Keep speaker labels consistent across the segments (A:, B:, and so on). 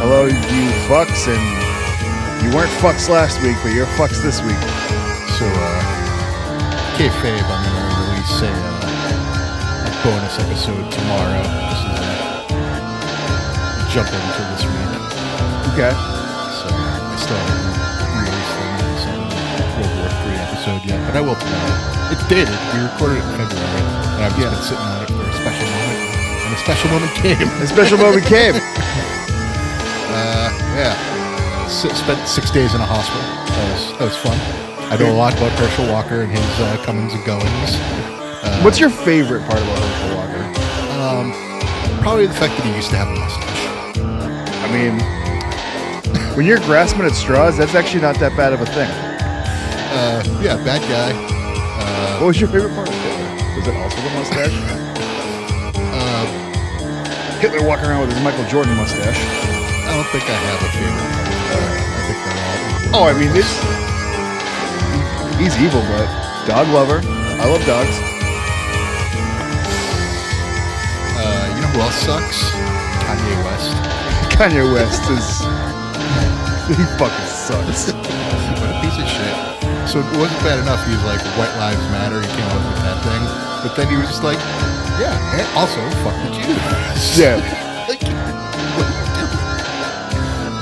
A: Hello, you fucks, and you weren't fucks last week, but you're fucks this week.
B: So, uh, kayfabe, I'm gonna release a, uh, a bonus episode tomorrow. This is a jump into this week.
A: Okay.
B: So uh, I still haven't released the so World War Three episode yet, but I will tonight. It's dated. We recorded it in February, and I've just
A: Yeah.
B: been sitting on it for a special moment, and a special moment came.
A: A special moment came.
B: Uh, Yeah. S- spent six days in a hospital. That was, that was fun. I know a lot about Herschel Walker and his uh, comings and goings.
A: What's your favorite part about Herschel Walker?
B: Probably the fact that he used to have a mustache.
A: I mean, when you're grasping at straws, that's actually not that bad of a thing.
B: Uh, yeah, bad guy.
A: What was your favorite part of Hitler? Was it also the mustache? Hitler walking around with his Michael Jordan mustache.
B: I don't think I have a favorite. Uh, I think they're all.
A: Oh, I mean, this. He's evil, but dog lover. I love dogs.
B: Uh, you know who else sucks? Kanye West.
A: Kanye West is. he fucking sucks.
B: What a piece of shit. So it wasn't bad enough. He was like, White Lives Matter. He came up with that thing. But then he was just like, yeah, and also, fuck the Jews.
A: Yeah.
B: like, what are you doing?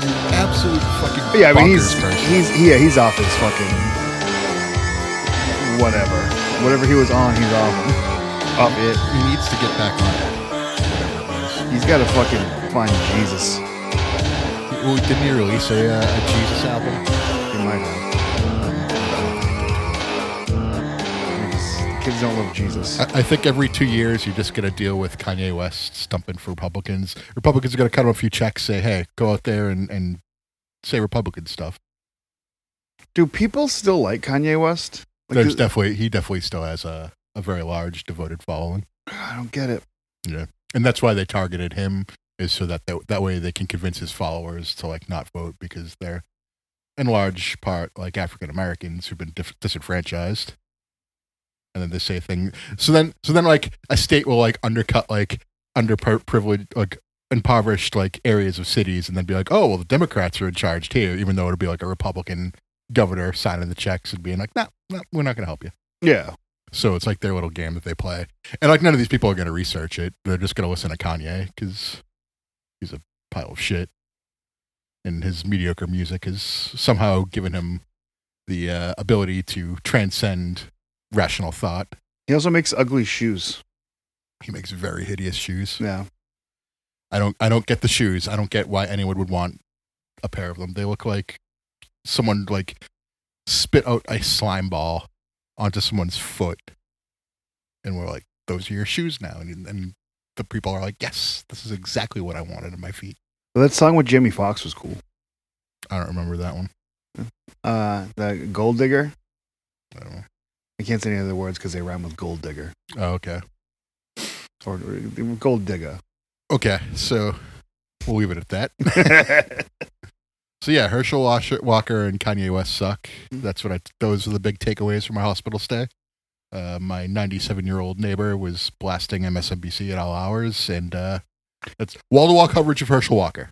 B: You absolute fucking
A: Yeah, I mean, he's
B: bonkers person.
A: he's yeah, he's off his fucking whatever, whatever he was on, he's off. Up it.
B: He needs to get back on it. Whatever it was.
A: He's got to fucking find Jesus.
B: Well, didn't he release a, uh, a Jesus album?
A: He might have. Because Kids don't love Jesus.
B: I, I think every two years you're just going to deal with Kanye West stumping for Republicans. Republicans are going to cut him a few checks, say, hey, go out there and, and say Republican stuff.
A: Do people still like Kanye West? Like,
B: There's
A: th-
B: definitely he definitely still has a, a very large devoted following,
A: I don't get it.
B: and that's why they targeted him is so that that, that way they can convince his followers to like not vote because they're in large part like African Americans who've been dif- disenfranchised, and then they say thing. So then so then like a state will like undercut like underprivileged like impoverished like areas of cities, and then be like, oh well, the Democrats are in charge here, even though it'll be like a Republican governor signing the checks and being like, no, nah, nah, we're not going to help you.
A: Yeah.
B: So it's like their little game that they play. And like none of these people are going to research it. They're just going to listen to Kanye because he's a pile of shit. And his mediocre music has somehow given him the uh, ability to transcend rational thought.
A: He also makes ugly shoes.
B: He makes very hideous shoes.
A: Yeah.
B: I don't I don't get the shoes. I don't get why anyone would want a pair of them. They look like someone like spit out a slime ball onto someone's foot. And we're like, those are your shoes now. And and the people are like, yes, this is exactly what I wanted in my feet.
A: But that song with Jamie Foxx was cool.
B: I don't remember that one.
A: Uh, the Gold Digger.
B: I don't know.
A: I can't say any of the words because they rhyme with Gold Digger
B: Oh, okay.
A: or or Gold Digger.
B: Okay. So we'll leave it at that. So yeah, Herschel Washer- Walker and Kanye West suck. That's what I. Those are the big takeaways from my hospital stay. Uh, my 97 year old neighbor was blasting MSNBC at all hours, and uh, that's wall to wall coverage of Herschel Walker.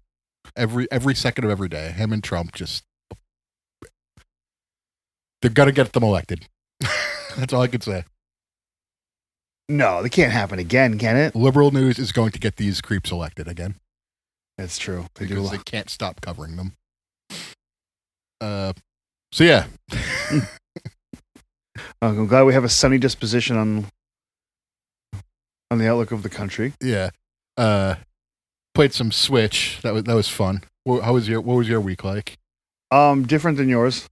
B: Every every second of every day, him and Trump just they're gonna get them elected. that's all I can say.
A: no, they can't happen again, can it?
B: Liberal news is going to get these creeps elected again.
A: That's true. They do.
B: because they
A: Like,
B: can't stop covering them. Uh, so yeah,
A: Oh, I'm glad we have a sunny disposition on on the outlook of the country.
B: yeah. Uh, played some Switch. That was that was fun. Wha- How was your What was your week like?
A: Um, different than yours.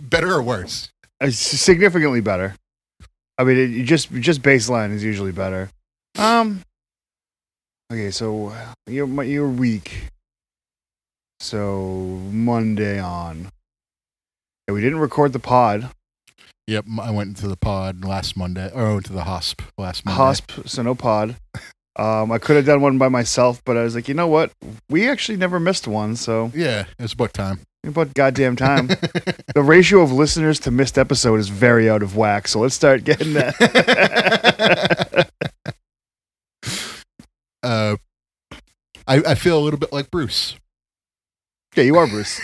B: Better or worse?
A: It's uh, significantly better. I mean, it, you just just baseline is usually better. Um. Okay, so your my- your week. So Monday on, and we didn't record the pod.
B: Yep, m- I went into the pod last Monday, or into the hosp last Monday.
A: Hosp, so no pod. Um, I could have done one by myself, but I was like, you know what? We actually never missed one, so
B: Yeah, it's about time.
A: about goddamn time.
B: Um.
A: the ratio of listeners to missed episode is very out of whack, so let's start getting that.
B: uh, I, I feel a little bit like Bruce.
A: Yeah, you are Bruce.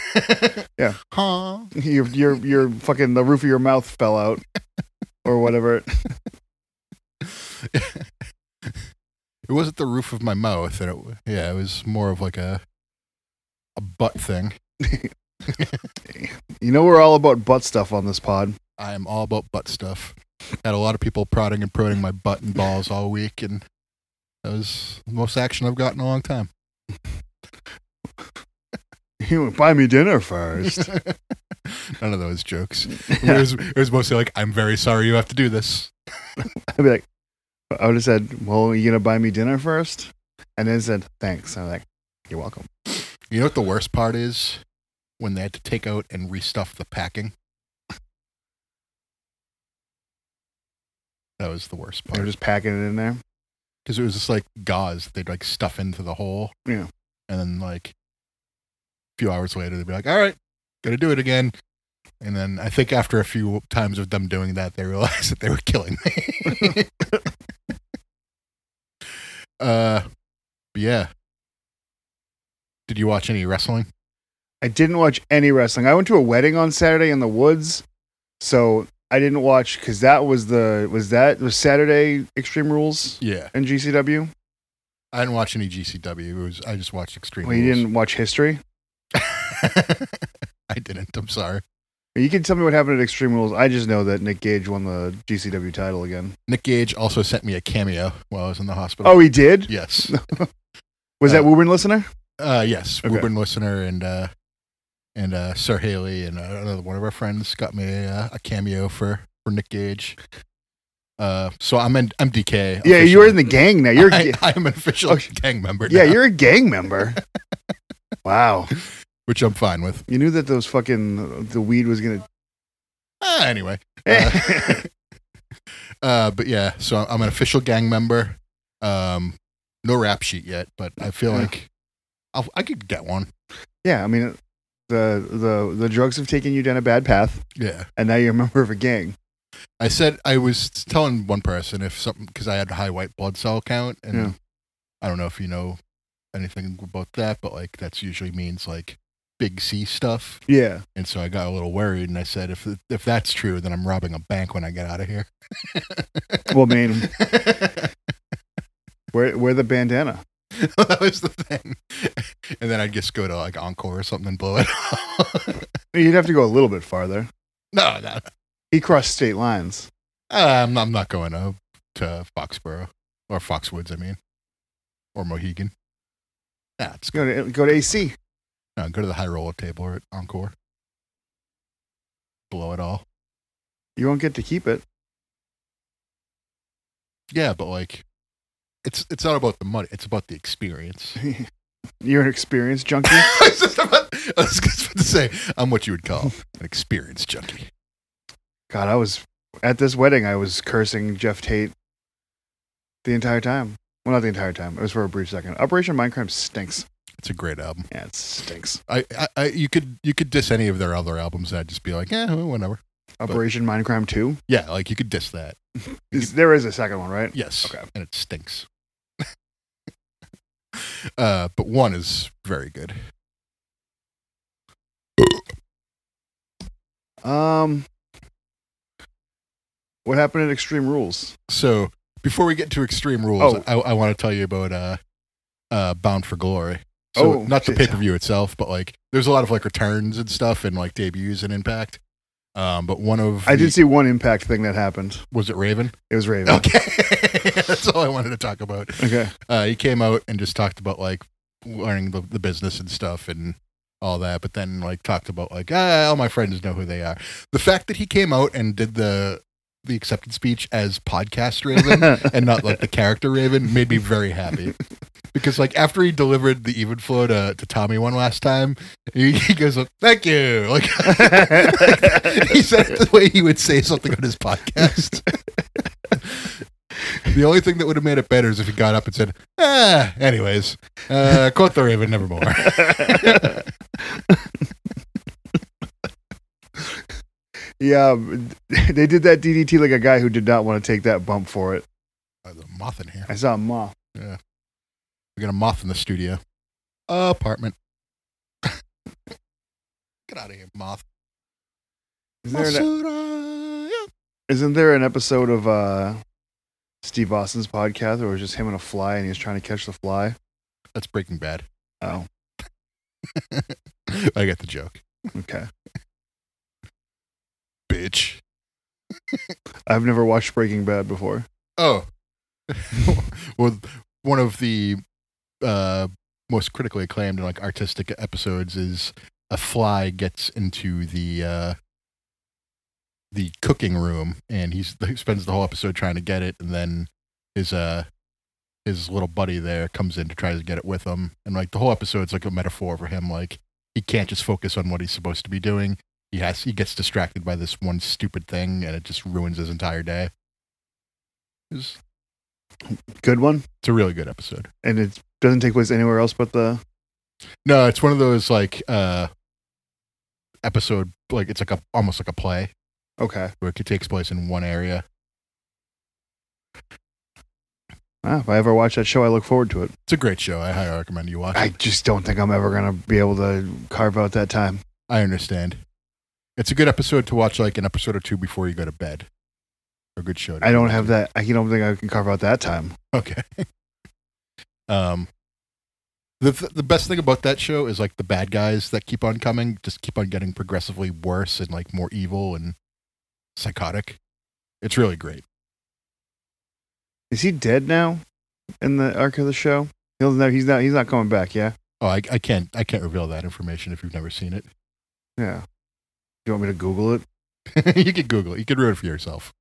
A: Yeah.
B: Huh.
A: your your your fucking the roof of your mouth fell out or whatever.
B: It wasn't the roof of my mouth, and it w- yeah, it was more of like a a butt thing.
A: You know we're all about butt stuff on this pod.
B: I am all about butt stuff. Had a lot of people prodding and prodding my butt and balls all week, and that was the most action I've gotten in a long time.
A: You would buy me dinner first.
B: None of those jokes. It was, it was mostly like, "I'm very sorry you have to do this."
A: I'd be like, I would have said, "Well, you gonna buy me dinner first? and then said, "Thanks." I'm like, "You're welcome."
B: You know what the worst part is? When they had to take out and restuff the packing. That was the worst
A: They were
B: part.
A: just packing it in there.
B: Because it was just like gauze that they'd like stuff into the hole.
A: Yeah.
B: And then like a few hours later, they'd be like, all right, gotta do it again. And then I think after a few times of them doing that, they realized that they were killing me. uh, but yeah. Did you watch any wrestling?
A: I didn't watch any wrestling. I went to a wedding on Saturday in the woods, so I didn't watch because that was the was that was Saturday Extreme Rules
B: Yeah.
A: and GCW.
B: I didn't watch any GCW. It was I just watched Extreme.
A: Well, you
B: Rules.
A: didn't watch history.
B: I didn't. I'm sorry.
A: You can tell me what happened at Extreme Rules. I just know that Nick Gage won the GCW title again.
B: Nick Gage also sent me a cameo while I was in the hospital.
A: Oh, he did.
B: yes.
A: Was that
B: Uh,
A: Woburn listener?
B: Uh, yes,
A: Okay.
B: Woburn listener and uh, and uh, Sir Haley and uh, another one of our friends got me a, a cameo for, for Nick Gage. Uh, so I'm in, I'm DK.
A: Yeah, you're in
B: officially.
A: the gang now. You're
B: I,
A: ga-
B: I am an official
A: Okay.
B: gang member.
A: yeah,
B: now,
A: you're a gang member. wow,
B: which I'm fine with.
A: you knew that those fucking the weed was gonna.
B: Uh, anyway, uh, uh, but yeah, so I'm an official gang member. Um, no rap sheet yet, but I feel
A: Yeah.
B: like I'll, I could get one.
A: yeah, I mean, the the the drugs have taken you down a bad path.
B: Yeah.
A: and now you're a member of a gang.
B: I said I was telling one person if something because I had a high white blood cell count, and
A: Yeah.
B: I don't know if you know anything about that, but like that's usually means like big C stuff,
A: Yeah.
B: and so I got a little worried, and I said if if that's true, then I'm robbing a bank when I get out of here.
A: Well, I mean, wear, wear the bandana.
B: that was the thing, and then I'd just go to like Encore or something and blow it. off.
A: You'd have to go a little bit farther.
B: no, no,
A: He crossed state lines.
B: Uh, I'm not, I'm not going to, to Foxborough or Foxwoods, I mean, or Mohegan. Nah, it's good.
A: Go to go to AC.
B: No, Uh, go to the high roller table or at Encore. Blow it all.
A: You won't get to keep it.
B: Yeah, but like, it's it's not about the money. It's about the experience.
A: You're an experienced junkie.
B: I was just about, I was just about to say, I'm what you would call an experience junkie.
A: God, I was at this wedding. I was cursing Jeff Tate the entire time. Well, not the entire time. It was for a brief second. Operation Mindcrime stinks.
B: It's a great album.
A: Yeah, it stinks.
B: I, I, I you could you could diss any of their other albums, and I'd just be like, eh, whatever.
A: Operation Mindcrime two.
B: Yeah, like you could diss that.
A: Is- there is a second one, right?
B: Yes.
A: Okay.
B: And it stinks. uh, but one is very good.
A: Um, what happened at Extreme Rules?
B: So before we get to extreme rules,
A: Oh.
B: I, I want to tell you about uh, uh, Bound for Glory. So
A: Oh,
B: not the
A: shit.
B: pay per view itself, but like there's a lot of like returns and stuff and like debuts and impact. Um, but one of
A: I
B: the-
A: did see one impact thing that happened.
B: was it Raven?
A: It was Raven.
B: Okay, that's all I wanted to talk about.
A: Okay.
B: uh, he came out and just talked about like learning the, the business and stuff and all that, but then like talked about like ah, all my friends know who they are. The fact that he came out and did the the acceptance speech as podcast Raven and not like the character Raven made me very happy. Because like after he delivered the even flow to, to Tommy one last time, he, he goes like, "Thank you." Like he said it the way he would say something on his podcast. the only thing that would have made it better is if he got up and said, "Ah, anyways, uh, quote the Raven nevermore."
A: yeah, they did that DDT like a guy who did not want to take that bump for it.
B: There's a moth in here.
A: I saw a moth.
B: We got a moth in the studio. apartment. Get out of here, moth.
A: Is there an,
B: Basura, yeah.
A: isn't there an episode of uh, Steve Austin's podcast where it was just him and a fly and he was trying to catch the fly?
B: That's Breaking Bad.
A: Oh,
B: I got the joke,
A: okay.
B: bitch.
A: I've never watched Breaking Bad before.
B: Oh, well, one of the uh, most critically acclaimed and like artistic episodes is a fly gets into the uh, the cooking room and he's he spends the whole episode trying to get it, and then his uh his little buddy there comes in to try to get it with him, and like the whole episode's like a metaphor for him, like he can't just focus on what he's supposed to be doing. He has he gets distracted by this one stupid thing, and it just ruins his entire day. It's-
A: Good one.
B: it's a really good episode.
A: And it doesn't take place anywhere else but the.
B: No, it's one of those like uh episode like it's like a almost like a play
A: Okay.
B: where it takes place in one area.
A: Ah, if I ever watch that show, I look forward to it.
B: It's a great show. I highly recommend you watch
A: I
B: it.
A: just don't think I'm ever going to be able to carve out that time.
B: I understand. It's a good episode to watch like an episode or two before you go to bed. A good show. to
A: I don't
B: go
A: have
B: to.
A: that. I don't think I can carve out that time.
B: Okay. um the th- the best thing about that show is like the bad guys that keep on coming just keep on getting progressively worse and like more evil and psychotic. It's really great.
A: Is he dead now? In the arc of the show, he'll no, he's not. He's not coming back. Yeah.
B: Oh, I, I can't I can't reveal that information if you've never seen it.
A: Yeah. You want me to Google it?
B: you can Google it. You can ruin it for yourself.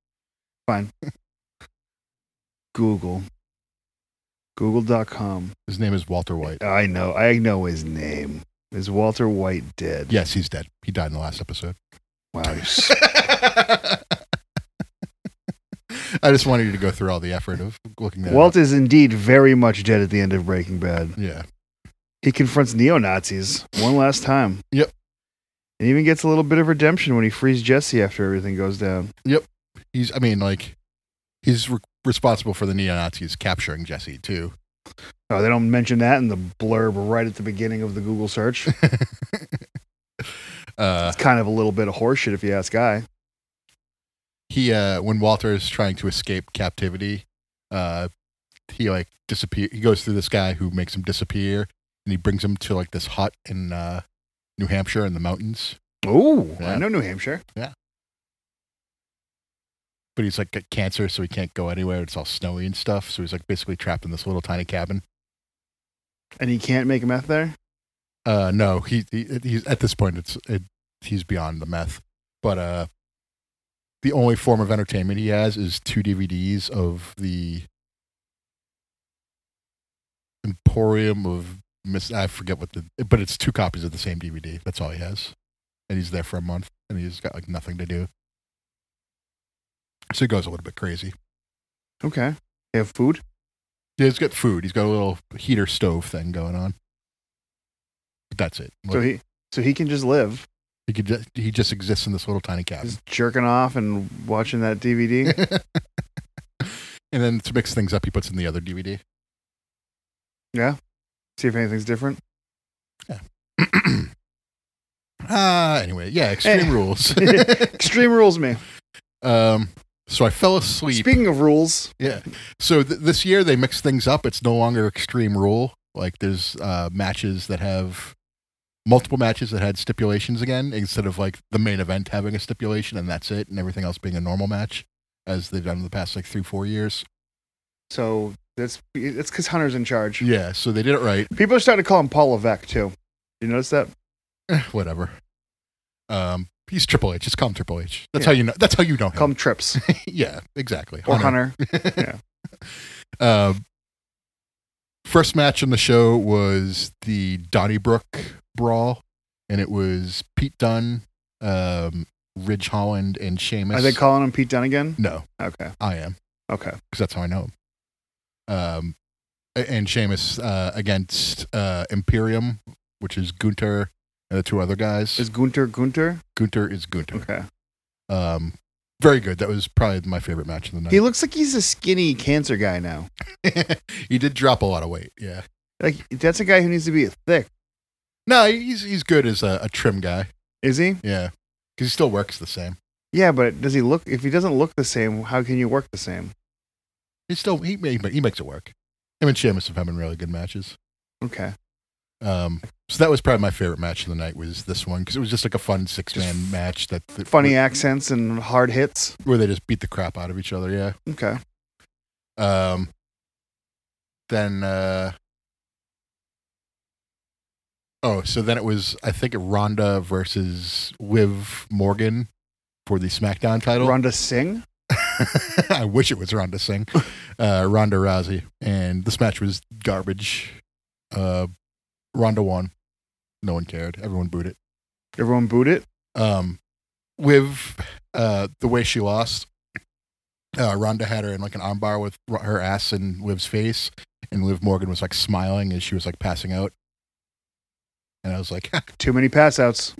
A: Google. Google.com.
B: His name is Walter White.
A: I know. I know his name. Is Walter White dead?
B: Yes, he's dead. He died in the last episode.
A: Wow. you s-
B: I just wanted you to go through all the effort of looking that
A: Walt
B: up.
A: is indeed very much dead at the end of Breaking Bad.
B: Yeah.
A: He confronts neo Nazis one last time.
B: Yep.
A: And even gets a little bit of redemption when he frees Jesse after everything goes down.
B: He's I mean like he's re- responsible for the neo-Nazis capturing Jesse too.
A: Oh, they don't mention that in the blurb right at the beginning of the Google search.
B: uh
A: It's kind of a little bit of horseshit if you ask I.
B: he uh when Walter is trying to escape captivity, uh he like disappear he goes through this guy who makes him disappear and he brings him to like this hut in uh New Hampshire in the mountains.
A: Oh, I
B: Yeah.
A: know New Hampshire.
B: But he's like got cancer so he can't go anywhere. It's all snowy and stuff. So he's like basically trapped in this little tiny cabin.
A: And he can't make meth there?
B: Uh no, he, he he's at this point it's it, he's beyond the meth. But uh the only form of entertainment he has is two DVDs of the Emporium of Miss I forget what the but it's two copies of the same DVD. That's all he has. And he's there for a month and he's got like nothing to do. So he goes a little bit crazy.
A: Okay. They have food?
B: Yeah, he's got food. He's got a little heater stove thing going on. But that's it.
A: So
B: Like,
A: he so he can just live,
B: he could just, he just exists in this little tiny cabin.
A: just jerking off and watching that DVD.
B: and then to mix things up, he puts in the other DVD.
A: See if anything's different.
B: Ah, anyway, yeah, extreme
A: Eh.
B: rules.
A: Extreme rules me.
B: um, so I fell asleep.
A: Speaking of rules,
B: yeah. So th- this year they mixed things up. It's no longer extreme rule. Like there's uh, matches that have multiple matches that had stipulations again instead of like the main event having a stipulation and that's it and everything else being a normal match as they've done in the past like three four years
A: so that's it's because Hunter's in charge.
B: yeah so they did it right
A: People are starting to call him Paul Levesque too. You notice that?
B: Eh, whatever. Um, he's Triple H. Just call him Triple H. That's
A: Yeah.
B: how you know. That's how you know him.
A: Call him Trips
B: yeah, exactly.
A: or
B: Hunter.
A: Hunter.
B: Um, first match on the show was the Donnybrook Brawl, and it was Pete Dunne, um, Ridge Holland, and Sheamus.
A: Are they calling him Pete Dunnigan?
B: no,
A: Okay,
B: I am
A: okay.
B: because that's how I know him. Um, a- and Sheamus uh, against uh, Imperium, which is Gunter and the two other guys.
A: Is Gunter Gunter?
B: Gunter is Gunter.
A: Okay.
B: Um, very good. That was probably my favorite match of the
A: He
B: night.
A: looks like he's a skinny cancer guy now.
B: He, did drop a lot of weight. Yeah,
A: Like that's a guy who needs to be thick,
B: No, he's he's good as a, a trim guy.
A: is he?
B: Yeah, because he still works the same.
A: Yeah, but does he look? If he doesn't look the same, how can you work the same?
B: He still he ma- he makes it work. Him and Sheamus have been having really good matches.
A: Okay,
B: Um, so that was probably my favorite match of the night was this one because it was just like a fun six man match that that-
A: funny
B: where,
A: accents and hard hits.
B: where they just beat the crap out of each other. Yeah.
A: Okay,
B: Um, then uh, oh, so then it was I think Ronda versus Liv Morgan for the SmackDown title.
A: Ronda Singh.
B: I wish it was Ronda Singh, uh, Ronda Rousey, and this match was garbage. Uh, Ronda won. No one cared. Everyone booed it.
A: Everyone boot it.
B: Um, with uh, the way she lost, uh, Ronda had her in like an armbar with r- her ass in Liv's face, and Liv Morgan was like smiling as she was like passing out. And I was like, "Ah,
A: Too many pass outs.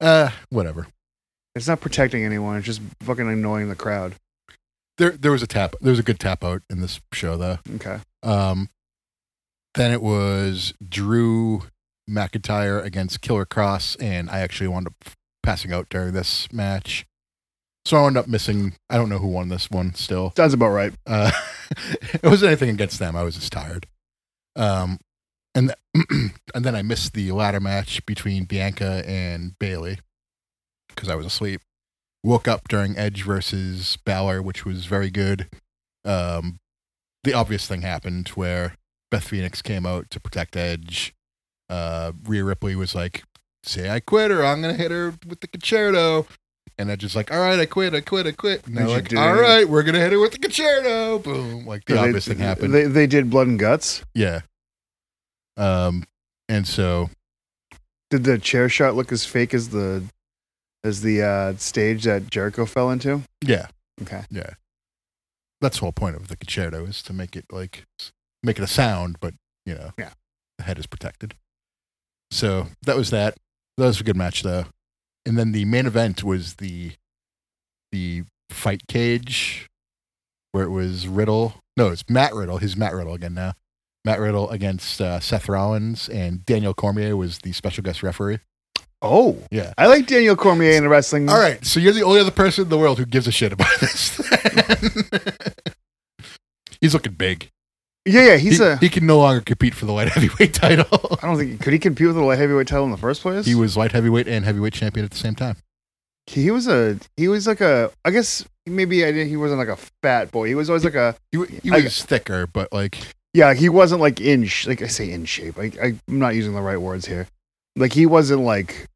B: uh, whatever.
A: It's not protecting anyone. It's just fucking annoying the crowd.
B: There, there was a tap. There was a good tap out in this show though.
A: Okay.
B: Um, then it was Drew McIntyre against Killer Cross, and I actually wound up passing out during this match. So I wound up missing. I don't know who won this one still.
A: Sounds about right.
B: Uh, it wasn't anything against them. I was just tired. Um, and th- and then I missed the ladder match between Bianca and Bailey because I was asleep. Woke up during Edge versus Balor, which was very good. Um, the obvious thing happened where Beth Phoenix came out to protect Edge. Uh, Rhea Ripley was like, "Say I quit, or I'm gonna hit her with the concerto." And Edge is like, "All right, I quit, I quit, I quit." And they're
A: And she
B: like,
A: did
B: "All
A: it.
B: right, we're gonna hit her with the concerto." Boom! Like the
A: They-
B: obvious thing happened.
A: They they did blood and guts.
B: Yeah. Um, and so
A: Did the chair shot look as fake as the as the uh, stage that Jericho fell into?
B: yeah,
A: Okay.
B: yeah. That's the whole point of the concerto is to make it like s- make it a sound, but you know,
A: Yeah.
B: the head is protected. So that was that. That was a good match though. And then the main event was the the fight cage where it was Riddle. No, it's Matt Riddle. He's Matt Riddle again now. Matt Riddle against uh, Seth Rollins and Daniel Cormier was the special guest referee.
A: Oh
B: Yeah.
A: I like Daniel Cormier in the wrestling.
B: All right, so you're the only other person in the world who gives a shit about this. He's looking big.
A: Yeah, yeah. He's
B: he,
A: a.
B: he can no longer compete for the light heavyweight title.
A: I don't think could he compete with the light heavyweight title in the first place.
B: He was light heavyweight and heavyweight champion at the same time.
A: he was a he was like a I guess maybe I didn't, he wasn't like a fat boy. He was always like a
B: He, w- he
A: I-
B: was thicker, but like
A: yeah. He wasn't like in sh- like I say in shape. I, I I'm not using the right words here. Like he wasn't like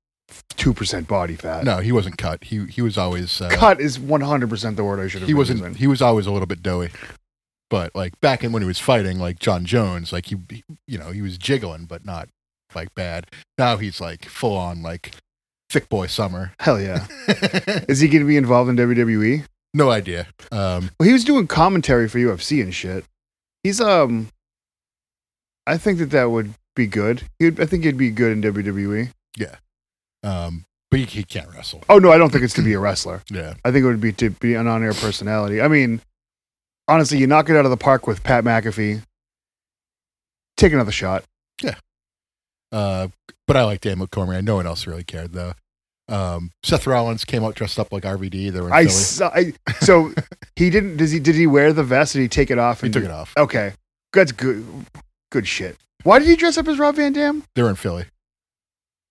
A: two percent body fat.
B: no, he wasn't cut. He he was always uh,
A: Cut is one hundred percent the word I should have.
B: He
A: been
B: wasn't.
A: using.
B: He was always a little bit doughy. But like back in when he was fighting, like John Jones, like he, he- you know, he was jiggling, but not like bad. Now he's like full on like thick boy summer.
A: Hell yeah. Is he going to be involved in WWE?
B: no idea. Um,
A: Well, he was doing commentary for UFC and shit. He's um, I think that that would be good. He'd, I think he'd be good in WWE.
B: um, but he, he can't wrestle.
A: Oh no, I don't think it's to be a wrestler.
B: Yeah,
A: I think it would be to be an on-air personality. I mean, honestly, you knock it out of the park with Pat McAfee. Take another shot.
B: uh, but I like Dan Cormier. No one else really cared though. Um, Seth Rollins came out dressed up like RVD. They were in
A: I,
B: Philly.
A: saw, I so he didn't. Does he? Did he wear the vest? Did he take it off?
B: he took it off.
A: Okay, that's good. Good shit. Why did he dress up as Rob Van Dam?
B: They were in Philly,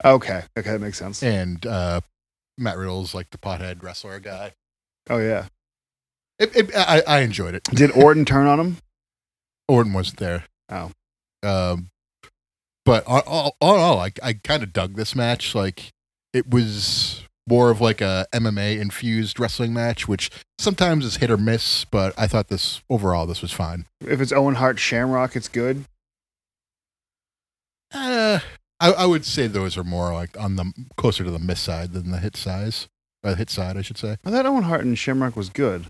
A: Okay, okay, that makes sense.
B: and uh, Matt Riddle's like the pothead wrestler guy.
A: Oh yeah.
B: It, it, I, I enjoyed it.
A: Did Orton turn on him?
B: Orton wasn't there.
A: Oh.
B: Um, but all, all, all, in all I, I kind of dug this match. Like, it was more of like a MMA infused wrestling match, which sometimes is hit or miss. But I thought this overall, this was fine.
A: If it's Owen Hart Shamrock, it's good.
B: Uh, I, I would say those are more like on the closer to the miss side than the hit size, or the hit side, I should say.
A: I thought Owen Hart and Shamrock was good.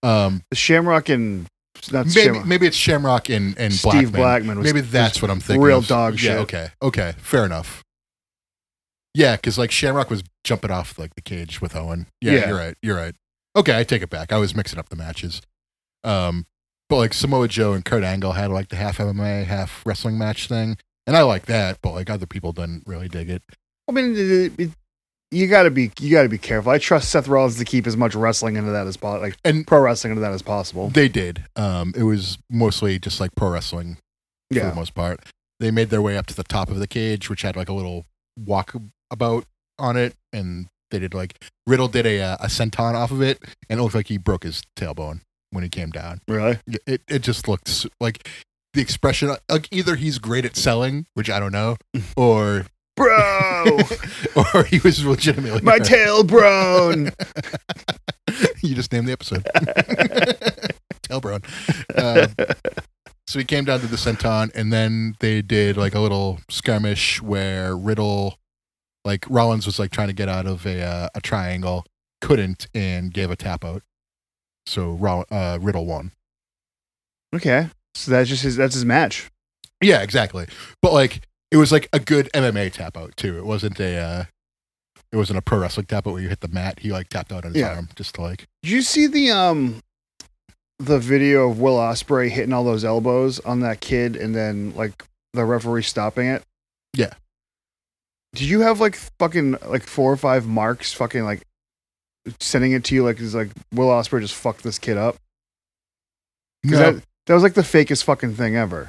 B: Um,
A: The Shamrock and not
B: maybe,
A: Shamrock.
B: maybe it's Shamrock and and
A: Steve
B: Blackman.
A: Blackman was
B: Maybe that's what I'm thinking.
A: real
B: of.
A: dog
B: yeah,
A: shit.
B: Okay. Okay. Fair enough. Yeah, because like Shamrock was jumping off like the cage with Owen. Yeah,
A: Yeah.
B: you're right. You're right. Okay, I take it back. I was mixing up the matches. Um, But like Samoa Joe and Kurt Angle had like the half MMA, half wrestling match thing, and I like that. But like other people didn't really dig it.
A: I mean, it, it, it- you gotta be you gotta be careful. I trust Seth Rollins to keep as much wrestling into that as possible, like
B: And-
A: pro wrestling into that as possible.
B: They did. Um, it was mostly just like pro wrestling for the
A: Yeah,
B: most part. They made their way up to the top of the cage, which had like a little walk about on it, and they did like Riddle did a uh, a senton off of it, and it looked like he broke his tailbone when he came down.
A: really.
B: It it just looked s- like the expression like either he's great at selling, which I don't know, or
A: Bro,
B: or he was legitimately
A: my
B: hurt.
A: tail brown.
B: you just named the episode. Tailbone. Uh, so he came down to the Centon, and then they did like a little skirmish where Riddle, like Rollins, was like trying to get out of a uh, a triangle, couldn't, and gave a tap out. So Roll- uh, Riddle won.
A: okay, so that's just his that's his match.
B: Yeah, exactly. But like it was like a good MMA tap out too. It wasn't a. Uh, it wasn't a pro wrestling tap out where you hit the mat. He like tapped out on his
A: Yeah.
B: arm just to like
A: Did you see the um the video of Will Osprey hitting all those elbows on that kid, and then like the referee stopping it?
B: Yeah.
A: Did you have like fucking like four or five marks fucking like sending it to you like is like Will Osprey just fucked this kid up? Because
B: No.
A: that, that was like the fakest fucking thing ever.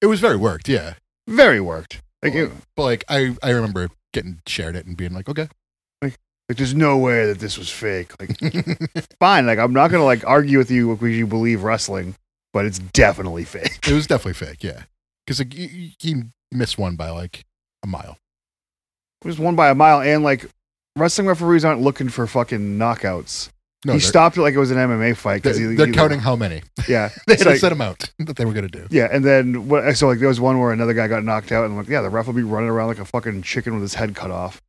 B: it was very worked. Yeah,
A: Very worked. Like,
B: Well,
A: it,
B: but like I, I remember getting shared it and being like, okay,
A: like there's no way that this was fake. Like, fine. Like, I'm not gonna like argue with you because you believe wrestling, but it's definitely fake.
B: it was definitely fake, yeah, because like y- y- he missed one by like a mile.
A: It was won by a mile, and like wrestling referees aren't looking for fucking knockouts.
B: No,
A: he
B: they're,
A: stopped it like it was an MMA fight because
B: they're,
A: he,
B: they're
A: he-
B: counting how many.
A: Yeah,
B: They
A: It's
B: had a
A: like-
B: set amount that they were gonna do.
A: yeah, and then what? So like there was one where another guy got knocked out, and like yeah, the ref will be running around like a fucking chicken with his head cut off.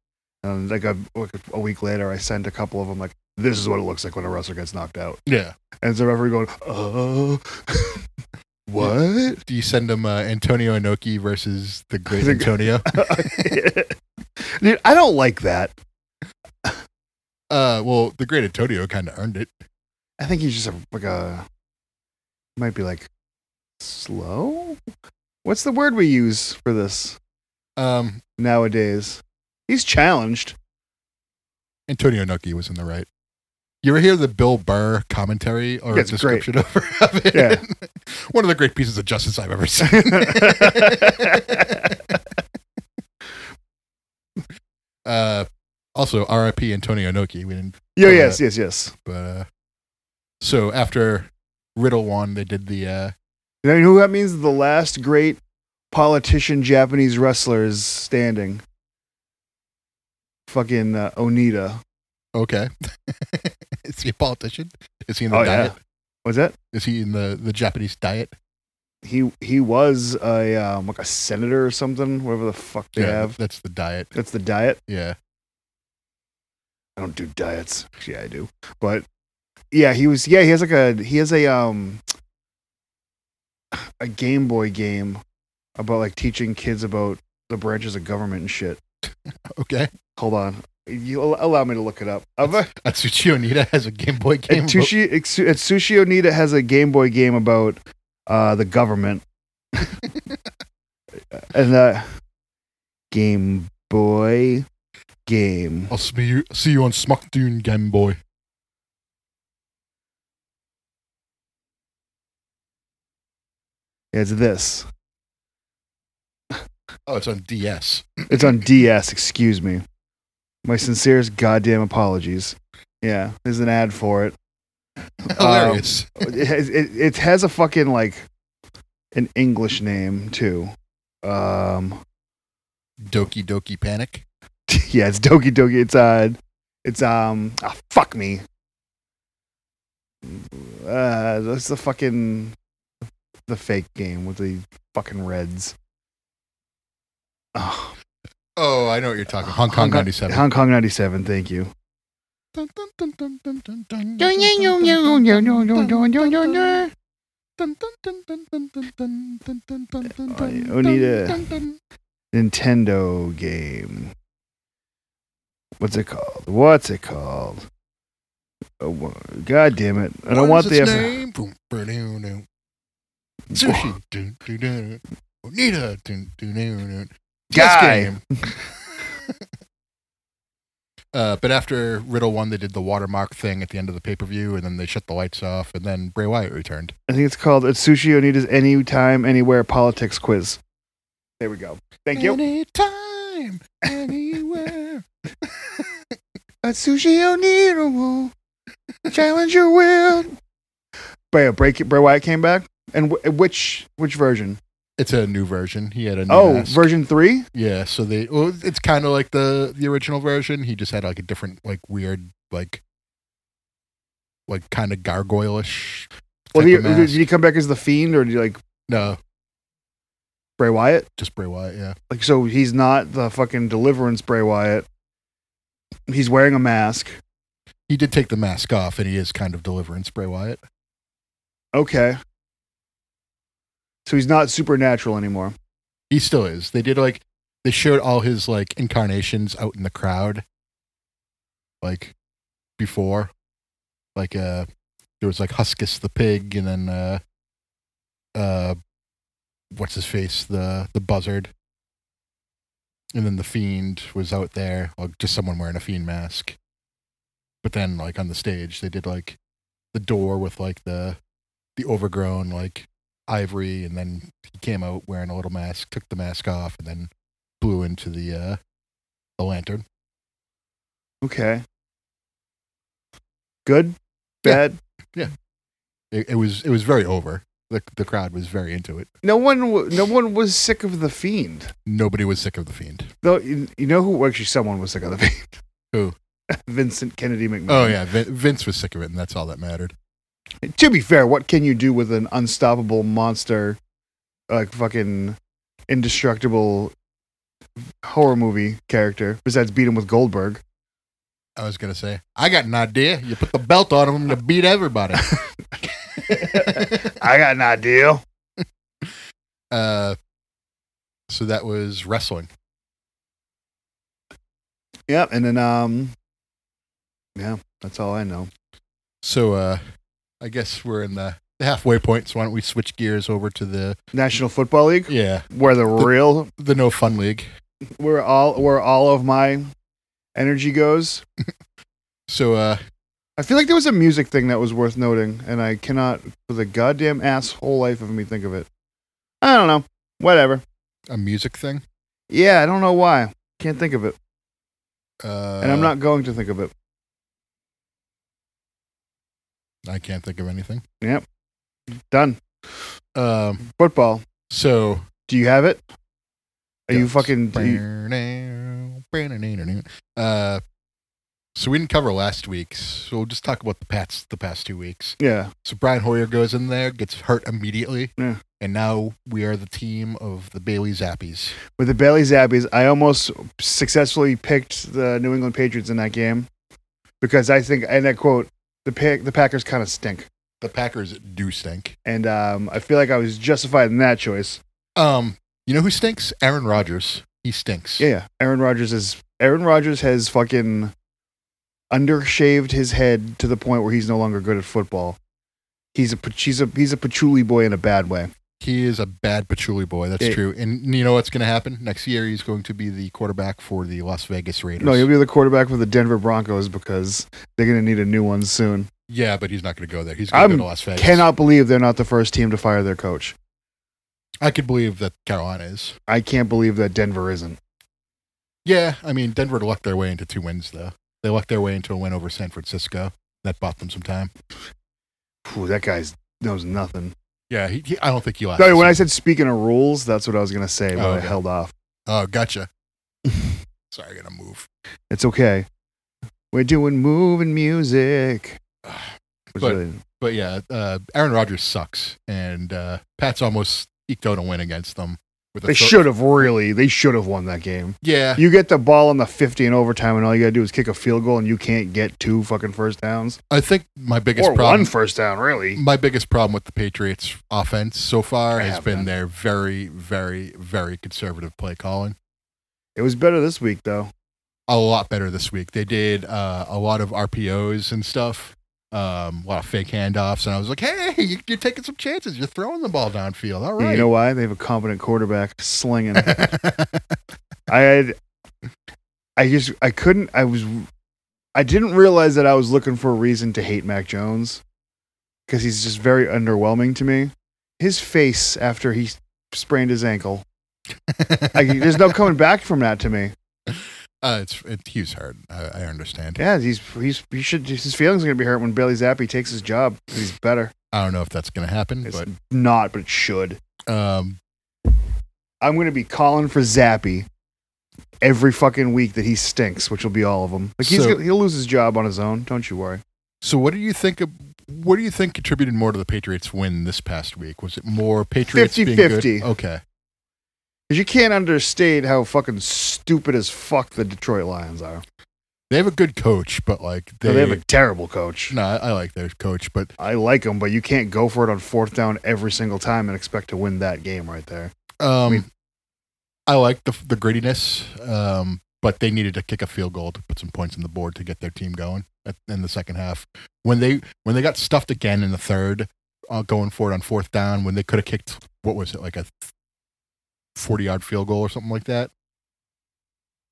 A: And like a, like a week later, I sent a couple of them like this is what it looks like when a wrestler gets knocked out.
B: Yeah.
A: And so referee going, oh, what?
B: Do you send them uh, Antonio Inoki versus the great
A: The-
B: Antonio?
A: Dude, I don't like that.
B: uh, well, the great Antonio kind of earned it.
A: I think he's just a, like a, might be like slow. What's the word we use for this
B: Um,
A: nowadays? He's challenged.
B: Antonio Inoki was in the right. You ever hear the Bill Burr commentary or
A: That's great.
B: description over of it?
A: Yeah.
B: One of the great pieces of justice I've ever seen. uh, also, RIP Antonio Inoki. We didn't,
A: Yeah,
B: Uh,
A: yes, yes, yes.
B: but uh, so after Riddle won, they did the uh,
A: You know who that means? The last great politician Japanese wrestler is standing. Fucking uh, Onita.
B: okay. Is he a politician? Is he in the
A: Oh, yeah.
B: diet?
A: Was that?
B: Is he in the, the Japanese diet?
A: He he was a um, like a senator or something, whatever the fuck they have.
B: that's the diet.
A: That's the diet.
B: Yeah,
A: I don't do diets. Actually, I do, but yeah, he was. Yeah, he has like a he has a um a Game Boy game about like teaching kids about the branches of government and shit.
B: okay.
A: Hold on, you al- allow me to look it up. uh, Ava-
B: Atsushi Onita has a Game Boy game. about-
A: Atsushi Atsu- Atsushi Onita has a Game Boy game about uh, the government and uh, Game Boy game.
B: I'll see you, see you on Smackdown, Game Boy.
A: It's this.
B: Oh, it's on DS.
A: It's on DS, excuse me. My sincerest goddamn apologies. Yeah, there's an ad for it.
B: Um, Hilarious.
A: It has, it, it has a fucking like an English name too. Um,
B: Doki Doki Panic.
A: yeah, it's Doki Doki. It's uh, it's um, ah, fuck me. Uh, that's the fucking the fake game with the fucking Reds. Oh,
B: Oh, I know what you're talking. Hong Kong '97.
A: Hong Kong '97. Thank you.
B: Onita.
A: Nintendo game. What's it called? What's it called? Oh, wha- God damn it! I don't want the.
B: name. Sushi. Dun, dun, dun. Bonita. Dun, dun, dun, dun.
A: Guy.
B: Chess game. uh, but after Riddle won, they did the watermark thing at the end of the pay per view, and then they shut the lights off, and then Bray Wyatt returned.
A: I think it's called Atsushi Onita's Anytime, Anywhere Politics Quiz. There we go. Thank you.
B: Anytime, anywhere.
A: Atsushi Onita will challenge your will. Bray, Bray, Bray Wyatt came back. And wh- which which version?
B: it's a new version. He had a new
A: Oh,
B: mask.
A: version three.
B: Yeah, so they well, it's kind of like the the original version. He just had like a different, like weird, like like kind of gargoyle-ish.
A: Well,
B: type
A: did
B: of
A: he, did
B: mask.
A: he come back as the fiend, or did he like
B: no,
A: Bray Wyatt?
B: just Bray Wyatt. Yeah,
A: Like, so he's not the fucking Deliverance Bray Wyatt. He's wearing a mask.
B: he did take the mask off, and he is kind of Deliverance Bray Wyatt.
A: Okay. So he's not supernatural anymore.
B: He still is. They did like they showed all his like incarnations out in the crowd, like before, like uh there was like Huskus the pig, and then uh uh what's his face the the buzzard, and then the fiend was out there, like just someone wearing a fiend mask. But then like on the stage, they did like the door with like the the overgrown like ivory and then he came out wearing a little mask, took the mask off, and then blew into the uh, the lantern.
A: Okay. Good?
B: Yeah.
A: Bad?
B: It, it was it was very over. The the crowd was very into it.
A: No one w- no one was sick of the fiend.
B: Nobody was sick of the fiend.
A: Though you you know who actually someone was sick of the fiend.
B: Who?
A: Vincent Kennedy McMahon.
B: Oh yeah, Vin, Vince was sick of it, and that's all that mattered.
A: To be fair, what can you do with an unstoppable monster like fucking indestructible horror movie character besides beat him with Goldberg?
B: I was gonna say, I got an idea. You put the belt on him to beat everybody.
A: I got an idea.
B: uh, so that was wrestling.
A: Yep, and then um Yeah, that's all I know.
B: So uh, I guess we're in the the halfway point. So why don't we switch gears over to the
A: National Football League,
B: yeah
A: where the real
B: the no fun league.
A: where all where all of my energy goes.
B: So uh,
A: I feel like there was a music thing that was worth noting, and I cannot for the goddamn asshole life of me think of it. I don't know. Whatever.
B: a music thing.
A: Yeah, I don't know why. Can't think of it,
B: Uh,
A: and I'm not going to think of it.
B: I can't think of anything.
A: Done.
B: Um,
A: Football.
B: so
A: Do you have it? Are you
B: Yes.
A: fucking? do you-
B: uh, so we didn't cover last week, so we'll just talk about the past the past two weeks.
A: yeah.
B: So Brian Hoyer goes in there, gets hurt immediately,
A: Yeah.
B: and now we are the team of the Bailey Zappies.
A: with the Bailey Zappies, I almost successfully picked the New England Patriots in that game because I think, and I quote, the pack, the Packers kind of stink,
B: The Packers do stink.
A: and um, I feel like I was justified in that choice.
B: Um, you know who stinks? Aaron Rodgers. He stinks.
A: Yeah, yeah. Aaron Rodgers is Aaron Rodgers has fucking undershaved his head to the point where he's no longer good at football. He's a pa- he's a he's a patchouli boy in a bad way.
B: He is a bad patchouli boy. That's
A: Yeah.
B: true. And you know what's going to happen next year? He's going to be the quarterback for the Las Vegas Raiders.
A: No, he'll be the quarterback for the Denver Broncos because they're gonna need a new one soon.
B: Yeah, but he's not going to go there. He's going to
A: I'm-
B: go to Las Vegas.
A: Cannot believe they're not the first team to fire their coach.
B: I could believe that Carolina is.
A: I can't believe that Denver isn't.
B: Yeah, I mean Denver lucked their way into two wins though. They lucked their way into a win over San Francisco. That bought them some time.
A: Phew, that guy's knows nothing.
B: Yeah, he, he, I don't think he lost.
A: Sorry, when I said speaking of rules, that's what I was gonna say, but
B: Oh,
A: I
B: okay.
A: held off.
B: oh, gotcha. Sorry, I got to move.
A: It's okay. We're doing moving music. Which
B: But-
A: really-
B: But yeah, uh, Aaron Rodgers sucks, and uh, Pat's almost eked out a win against them. With a
A: they
B: thir-
A: should have really. They should have won that game.
B: Yeah,
A: You get the ball on the fifty in overtime, and all you gotta do is kick a field goal, and you can't get two fucking first downs
B: I think my biggest
A: or
B: problem.
A: one first down, really.
B: my biggest problem with the Patriots offense so far
A: I
B: has
A: have
B: been
A: none.
B: their very, very, very conservative play calling.
A: It was better this week though.
B: a lot better this week. They did uh, a lot of RPOs and stuff, um, a lot of fake handoffs, and I was like, "Hey, you- you're taking some chances. You're throwing the ball downfield. All right."
A: You know why? They have a competent quarterback slinging. I had, I just, I couldn't, I was, I didn't realize that I was looking for a reason to hate Mac Jones because he's just very underwhelming to me. His face after he sprained his ankle, I, there's no coming back from that to me.
B: uh, it's it, he was hurt. I, I understand.
A: Yeah, he's, he's, he should, his feelings are going to be hurt when Bailey Zappi takes his job. He's better.
B: I don't know if that's going to happen,
A: It's not, but it should.
B: but um,
A: I'm going to be calling for Zappy every fucking week that he stinks, which will be all of them. Like he's
B: So-
A: gonna, he'll lose his job on his own. Don't you worry.
B: so what do you think? Of, what do you think contributed more to the Patriots' win this past week? Was it more Patriots being good?
A: 50-50.
B: Okay,
A: Because you can't understate how fucking stupid as fuck the Detroit Lions are.
B: they have a good coach, but like
A: They,
B: they,
A: they have a terrible coach.
B: no, I, I like their coach, but
A: I like him, but you can't go for it on fourth down every single time and expect to win that game right there.
B: Um, I,
A: mean-
B: like the the grittiness, um, but they needed to kick a field goal to put some points on the board to get their team going at, in the second half. When they when they got stuffed again in the third, uh, going for it on fourth down, when they could have kicked what was it like a forty yard field goal or something like that,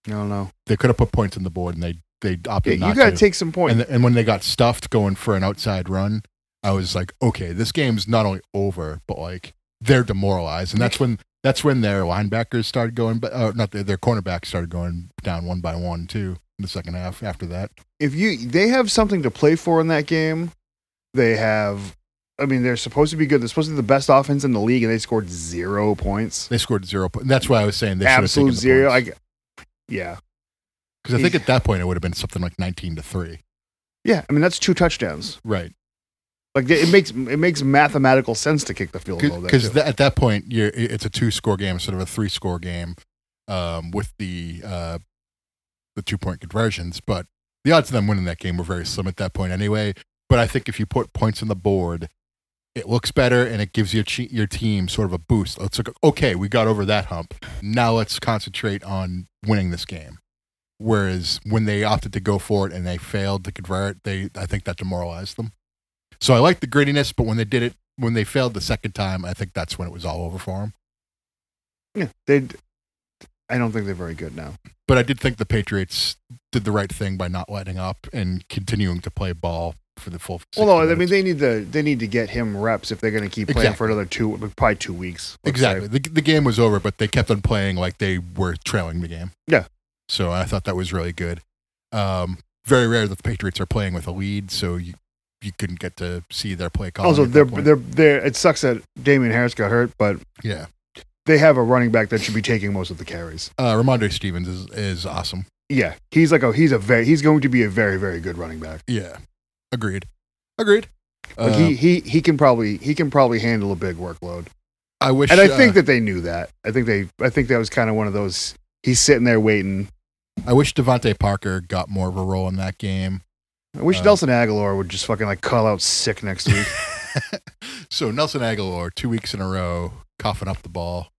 A: I don't know.
B: they could have put points on the board and they they
A: Yeah,
B: opted not
A: you got to
B: to.
A: take some points.
B: and, and when they got stuffed going for an outside run, I was like, okay, this game's not only over, but like they're demoralized, and that's when that's when their linebackers started going, but uh, not their, their cornerbacks started going down one by one too in the second half. After that,
A: if you they have something to play for in that game, they have. I mean, they're supposed to be good. They're supposed to be the best offense in the league, and they scored zero points.
B: they scored zero. po- That's why I was saying they
A: absolute zero. I,
B: because
A: yeah,
B: I, think at that point it would have been something like nineteen to three.
A: yeah. I mean, that's two touchdowns.
B: Right.
A: Like it makes it makes mathematical sense to kick the field goal. there,
B: because
A: too.
B: at that point you're it- it's a two score game instead of a three score game um, with the uh, the two point conversions but the odds of them winning that game were very slim at that point anyway but i think if you put points on the board it looks better and it gives your che- your team sort of a boost it's like okay we got over that hump now let's concentrate on winning this game whereas when they opted to go for it and they failed to convert they i think that demoralized them so i like the grittiness but when they did it when they failed the second time i think that's when it was all over for them
A: yeah, they. I don't think they're very good now.
B: but i did think the patriots did the right thing by not letting up and continuing to play ball for the full 60
A: Well, no, I mean
B: minutes.
A: they need to they need to get him reps if they're going to keep playing for another two, probably two weeks. let's
B: exactly
A: say.
B: the, the game was over but they kept on playing like they were trailing the game
A: Yeah.
B: so i thought that was really good um, very rare that the patriots are playing with a lead so you you couldn't get to see their play call
A: Also, they're they're they're. It sucks that Damian Harris got hurt, but
B: yeah
A: they have a running back that should be taking most of the carries.
B: uh, ramondre stevens is, is awesome
A: Yeah, he's like a he's a very he's going to be a very very good running back.
B: yeah agreed agreed
A: Like
B: Uh,
A: he he he can probably he can probably handle a big workload.
B: i wish
A: and I
B: uh,
A: think that they knew that. I think they. I think that was kind of one of those. He's sitting there waiting.
B: I wish Devontae Parker got more of a role in that game.
A: I wish
B: Uh,
A: Nelson Aguilar would just fucking like call out sick next week.
B: so Nelson Aguilar, two weeks in a row, coughing up the ball.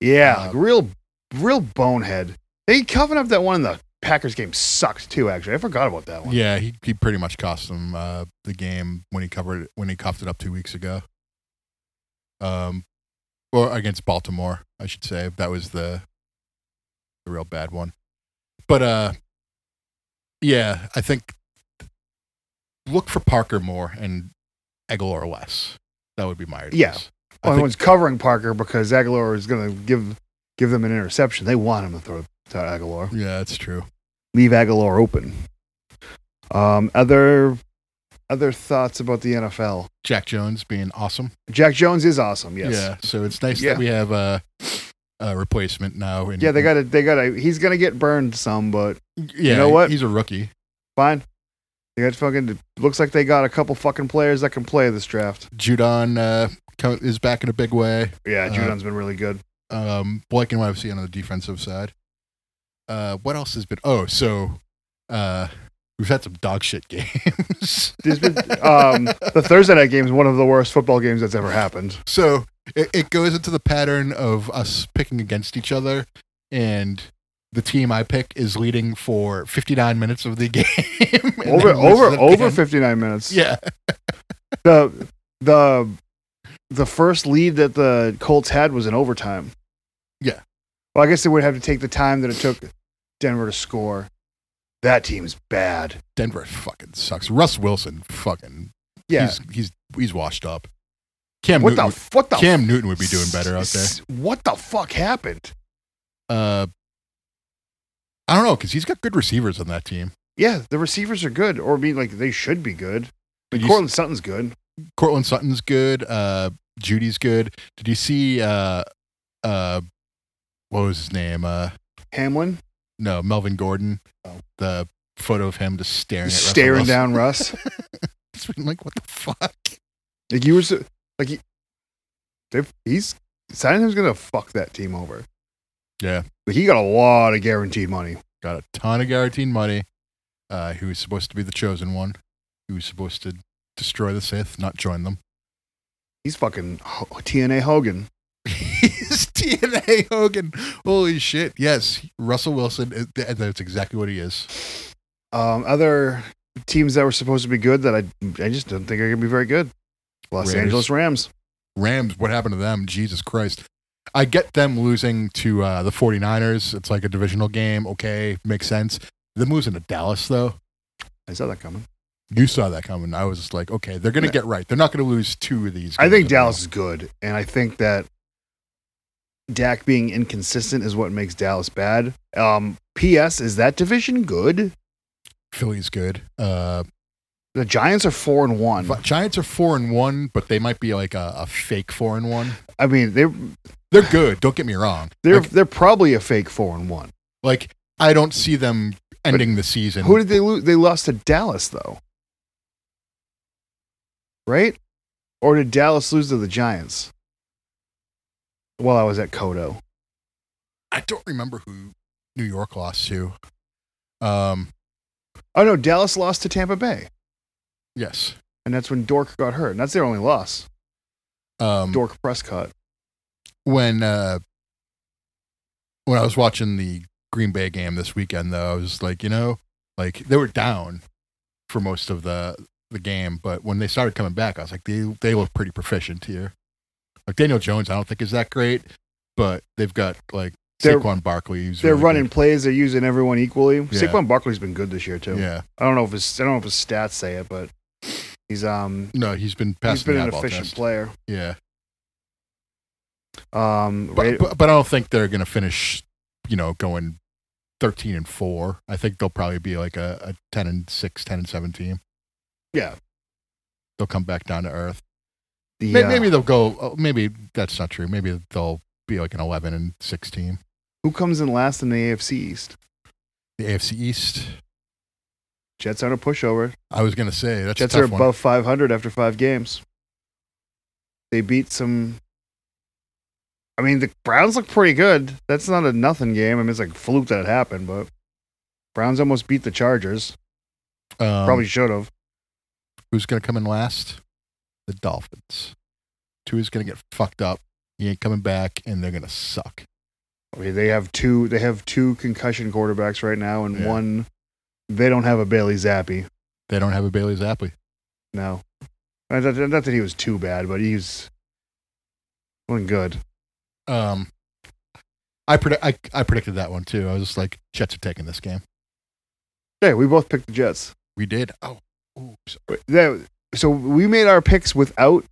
A: yeah,
B: Uh,
A: like real, real bonehead. They coughing up that one in the Packers game sucked too. Actually, I forgot about that one.
B: Yeah, he, he pretty much cost him uh, the game when he covered it, when he coughed it up two weeks ago. Um, or against Baltimore, I should say that was the the real bad one. But uh, yeah, I think look for Parker more and Aguilar less. That would be my advice.
A: Yeah.
B: I
A: Well,
B: think-
A: everyone's covering Parker because Aguilar is going to give give them an interception. They want him to throw to Aguilar.
B: yeah, that's true.
A: Leave Aguilar open. Um, other other thoughts about the NFL.
B: Jack Jones being awesome.
A: Jack Jones is awesome. Yes.
B: Yeah. So it's nice
A: Yeah.
B: that we have a, a replacement now. And
A: Yeah, they got to They got to He's gonna get burned some, but
B: Yeah,
A: know what?
B: He's a rookie.
A: fine. They got fucking. Looks like they got a couple fucking players that can play this draft.
B: Judon uh, co- is back in a big way.
A: Yeah,
B: Uh,
A: Judon's been really good.
B: Um, liking what I've seen on the defensive side. Uh, what else has been? Oh, so uh, we've had some dog shit games.
A: There's been- um, the Thursday night game is one of the worst football games that's ever happened.
B: So it, it goes into the pattern of us picking against each other, and the team I pick is leading for 59 minutes of the game. and
A: over
B: then loses
A: over
B: at the
A: over
B: end.
A: 59 minutes.
B: Yeah.
A: The the the first lead that the Colts had was in overtime.
B: Yeah.
A: Well, I guess they would have to take the time that it took Denver to score. That team's bad.
B: Denver fucking sucks. Russ Wilson fucking
A: Yeah.
B: he's he's he's washed up. Cam
A: what
B: Newton
A: the f- what the
B: Cam
A: f-
B: Newton would be doing better out there.
A: s- What the fuck happened?
B: Uh I don't know cuz he's got good receivers on that team.
A: Yeah, the receivers are good, or I mean, like they should be good.
B: Did you-
A: Cortland Sutton's good.
B: Cortland Sutton's good. Uh, Judy's good. Did you see? Uh, uh, what was his name? Uh,
A: Hamlin
B: no, Melvin Gordon. The photo of him just staring at Russell
A: Oh. staring
B: Wilson.
A: down Russ.
B: It's been like, what the fuck?
A: Like you were so, like he, they- he's Sandham's gonna fuck that team over.
B: Yeah.
A: Like he got a lot of guaranteed money.
B: Got a ton of guaranteed money. Uh, he was supposed to be the chosen one. He was supposed to destroy the Sith, not join them.
A: He's fucking Ho- TNA Hogan.
B: He's TNA Hogan. Holy shit! Yes, Russell Wilson. is- and That's exactly what he is.
A: Um, other teams that were supposed to be good that I I just don't think are gonna be very good. Los
B: Raiders.
A: Angeles Rams.
B: Rams, what happened to them? Jesus Christ. I get them losing to uh, the 49ers. It's like a divisional game. Okay, makes sense. Them losing to Dallas, though,
A: I saw that coming.
B: you saw that coming. I was just like, okay, they're going to
A: Yeah.
B: get right. They're not going to lose two of these.
A: I think
B: games in a row.
A: Dallas is good, and I think that Dak being inconsistent is what makes Dallas bad. Um, P.S. Is that division good?
B: Philly's good. Uh,
A: The Giants are four and one.
B: Vi- Giants are four and one, but they might be like a, a fake four and one.
A: I mean, they
B: They're good. Don't get me wrong.
A: They're
B: like,
A: they're probably a fake four and one.
B: like, I don't see them ending the season.
A: Who did they lose? They lost to Dallas though, right? Or did Dallas lose to the Giants? While I was at Kodo,
B: I don't remember who New York lost to. Um,
A: oh no, Dallas lost to Tampa Bay,
B: yes.
A: and that's when Dork got hurt. And that's their only loss.
B: Um,
A: Dork Prescott.
B: when uh when I was watching the Green Bay game this weekend though, I was like, you know, like they were down for most of the the game, but when they started coming back, I was like, they they look pretty proficient here. Like Daniel Jones, I don't think is that great, but they've got like
A: They're-
B: Saquon Barkley. who's
A: They're
B: really
A: running
B: good.
A: plays. They're using everyone equally. Saquon Barkley's been good this year too.
B: Yeah,
A: I don't know if his I don't know if his stats say it, but he's um
B: no, he's been passing.
A: he's been
B: the
A: an
B: eyeball
A: efficient
B: test.
A: player.
B: Yeah,
A: Um, Ra-
B: but, but but I don't think they're gonna finish. You know, going thirteen and four. I think they'll probably be like a, a ten and six, 10 and seven team.
A: yeah,
B: they'll come back down to earth.
A: the,
B: May
A: uh,
B: Maybe they'll go. oh, Maybe that's not true. Maybe they'll be like an eleven and six team.
A: who comes in last in the AFC East?
B: The AFC East.
A: Jets aren't a pushover.
B: I was gonna say that's
A: Jets
B: a
A: are
B: tough one.
A: above 500 after five games. They beat some. I mean, the Browns look pretty good. That's not a nothing game. I mean, it's like fluke that it happened, but Browns almost beat the Chargers.
B: Um,
A: Probably should have.
B: who's gonna come in last? The Dolphins. Tua's gonna get fucked up. He ain't coming back, and they're gonna suck.
A: I mean, they have two. They have two concussion quarterbacks right now, and
B: Yeah.
A: one. They don't have a Bailey Zappi.
B: They don't have a Bailey Zappi.
A: No, not that, not that he was too bad, but he's wasn't good.
B: Um, I predict. I, I predicted that one too. I was just like, Jets are taking this game.
A: Hey, we both picked the Jets.
B: We did. Oh, oops.
A: that so we made our picks without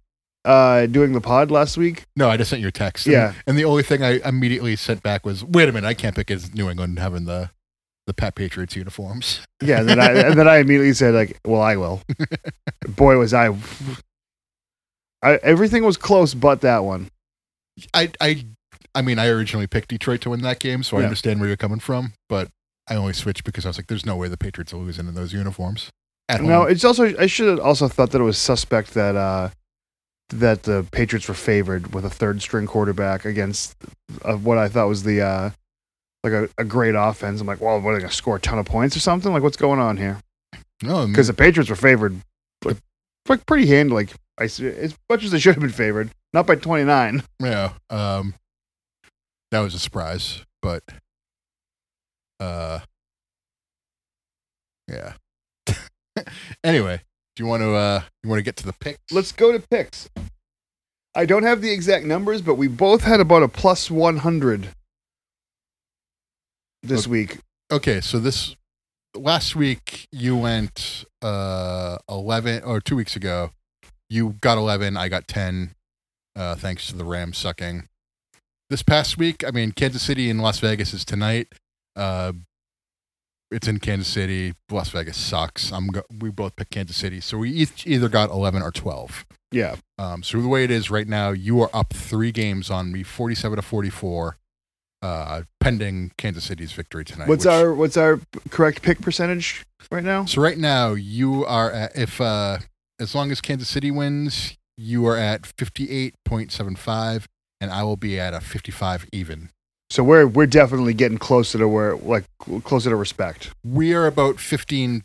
A: uh doing the pod last week
B: No, I just sent you a text. And-
A: Yeah.
B: And, the only thing I immediately sent back was, wait a minute, I can't pick is New England having the the Pat Patriots uniforms.
A: yeah and then i and then i immediately said like well i will boy was i I, everything was close but that one.
B: I I I mean I originally picked Detroit to win that game, so I
A: Yeah.
B: understand where you're coming from, but I only switched because I was like, there's no way the Patriots are losing in those uniforms. At
A: No,
B: home.
A: it's also I should have also thought that it was suspect that uh that the Patriots were favored with a third string quarterback against uh, what I thought was the uh like a, a great offense. I'm like, well, what are they gonna score a ton of points or something? Like, what's going on here?
B: no, I mean,
A: because the Patriots were favored, like, like pretty hand like I s- as much as they should have been favored, not by twenty nine.
B: yeah, um, that was a surprise, but Uh, yeah. anyway, do you want to uh, you want to get to the pick?
A: Let's go to picks. I don't have the exact numbers, but we both had about a plus 100 this
B: Okay.
A: week.
B: okay so this last week you went uh 11 or two weeks ago you got 11 i got 10 uh thanks to the rams sucking this past week i mean kansas city and las vegas is tonight uh it's in kansas city las vegas sucks i'm go- we both picked kansas city so we each either got 11 or 12
A: Yeah.
B: um, so the way it is right now, you are up three games on me, forty-seven to forty-four, uh, pending Kansas City's victory tonight.
A: What's
B: which-
A: our what's our p- correct pick percentage right now?
B: So right now you are at if uh, as long as Kansas City wins, you are at fifty-eight point seven five, and I will be at a fifty-five even.
A: So we're we're definitely getting closer to where like cl- closer to respect.
B: We are about fifteen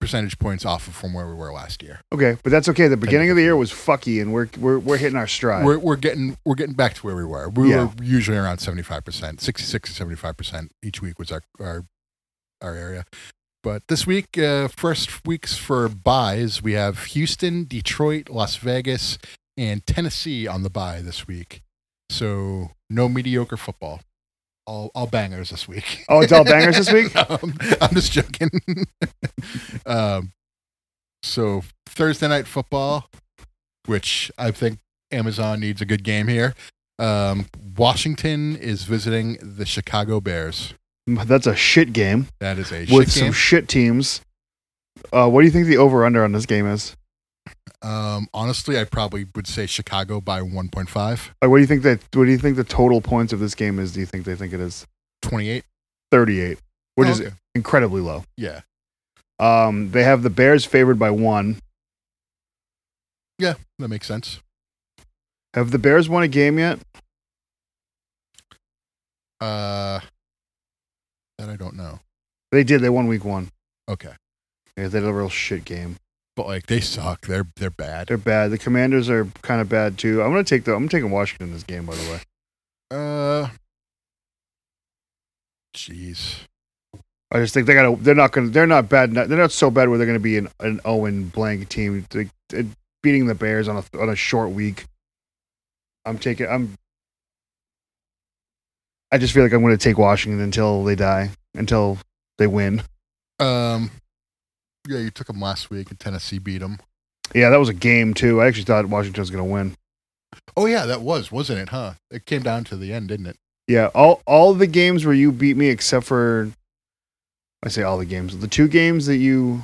B: percentage points off of from where we were last year.
A: Okay, but that's okay. The beginning of the year was fucky, and we're we're we're hitting our stride.
B: We're, we're getting we're getting back to where we were. We
A: Yeah.
B: were usually around seventy five percent, sixty six to seventy five percent each week was our our our area. But this week, uh, first weeks for buys, we have Houston, Detroit, Las Vegas, and Tennessee on the buy this week. So no mediocre football, all all bangers this week.
A: oh, it's all bangers this week.
B: Um, I'm just joking. um, so Thursday night football, which I think Amazon needs a good game here. Um, Washington is visiting the Chicago Bears.
A: That's a shit game
B: That is a
A: with
B: shit
A: some
B: game.
A: shit teams. Uh, what do you think the over under on this game is?
B: um, honestly, I probably would say Chicago by 1.5,
A: Like, what do you think that? What do you think the total points of this game is? Do you think they think it is
B: 28.
A: thirty eight, which
B: Oh,
A: is
B: okay.
A: incredibly low?
B: yeah,
A: Um, they have the Bears favored by one.
B: that makes sense.
A: Have the Bears won a game yet?
B: Uh, that I don't know.
A: They did. They won week one.
B: Okay,
A: Yeah, they had a real shit game.
B: but like they suck. They're they're bad.
A: They're bad. The Commanders are kind of bad too. I'm gonna take the. I'm taking Washington in this game. By the way,
B: Uh, jeez.
A: I just think they gotta. They're not gonna. They're not bad. They're not so bad where they're gonna be an an Owen blank team. They, they- beating the Bears on a on a short week. I'm taking. I'm. I just feel like I'm gonna take Washington until they die. Until they win.
B: Um, yeah, you took them last week, and Tennessee beat them.
A: Yeah, that was a game too. I actually thought Washington was gonna win.
B: Oh yeah, that was, wasn't it? Huh? It came down to the end, didn't it?
A: Yeah, all all the games where you beat me except for I say all the games. The two games that you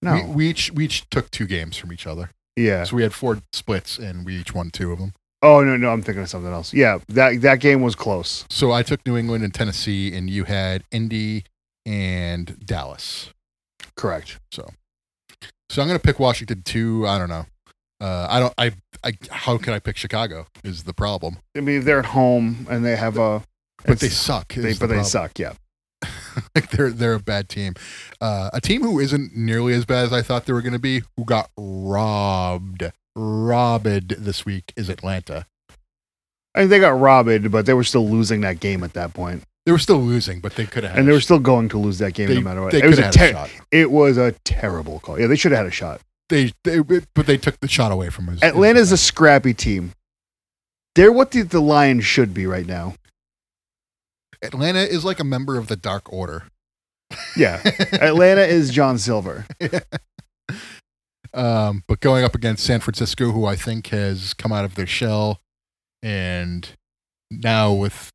A: No.
B: We, we each we each took two games from each other,
A: yeah.
B: so we had four splits, and we each won two of them.
A: Oh no, no, I'm thinking of something else. Yeah, that that game was close.
B: So I took New England and Tennessee, and you had Indy and Dallas.
A: Correct.
B: So I'm gonna pick Washington two. I don't know. Uh, I don't. I. I. How can I pick Chicago? Is the problem?
A: I mean, they're at home and they have a
B: But they
A: it's-
B: suck. is
A: they
B: the
A: but they
B: problem.
A: suck, yeah.
B: like they're they're a bad team. Uh, a team who isn't nearly as bad as I thought they were going to be, who got robbed, robbed this week is Atlanta.
A: I mean, they got robbed, but they were still losing that game at that point.
B: They were still losing, but they could have.
A: And they were still going to lose that game
B: they,
A: no matter what.
B: They
A: It was
B: could
A: a,
B: have had a
A: ter-
B: shot.
A: it was a terrible call. Yeah, they should have had a shot.
B: They, they but they took the shot away from us.
A: Atlanta's a scrappy team. They're what the, the Lions should be right now.
B: Atlanta is like a member of the Dark Order.
A: Yeah. Atlanta is John Silver.
B: Um, but going up against San Francisco, who I think has come out of their shell, and now with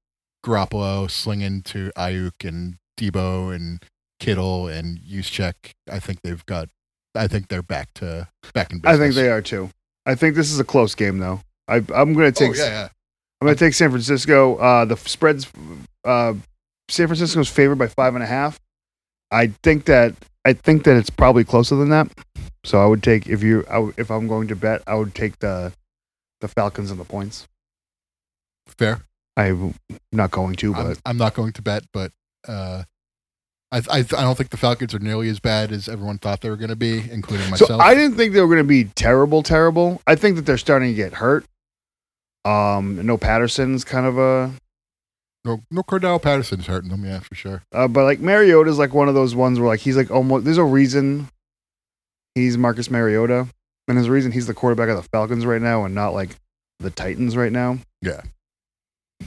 B: Garoppolo slinging to Ayuk and Debo and Kittle and Juszczyk, I think they've got. I think they're back to back in
A: I think
B: business.
A: they are too. I think this is a close game though. I, I'm going to take
B: Oh yeah, yeah.
A: I'm going to take San Francisco. Uh, the f- spreads uh, San Francisco's favored by five and a half. I think that I think that it's probably closer than that. So I would take if you I w if I'm going to bet, I would take the the Falcons and the points.
B: fair.
A: I'm not going to,
B: I'm,
A: but
B: I'm not going to bet, but uh, I, I I don't think the Falcons are nearly as bad as everyone thought they were going to be, including myself.
A: So I didn't think they were going to be terrible, terrible. I think that they're starting to get hurt. Um, no Patterson's kind of a
B: No, no, Cordell Patterson's hurting them. Yeah, for sure.
A: Uh, but like Mariota's like one of those ones where like he's like almost there's a reason he's Marcus Mariota, and there's a reason he's the quarterback of the Falcons right now and not like the Titans right now.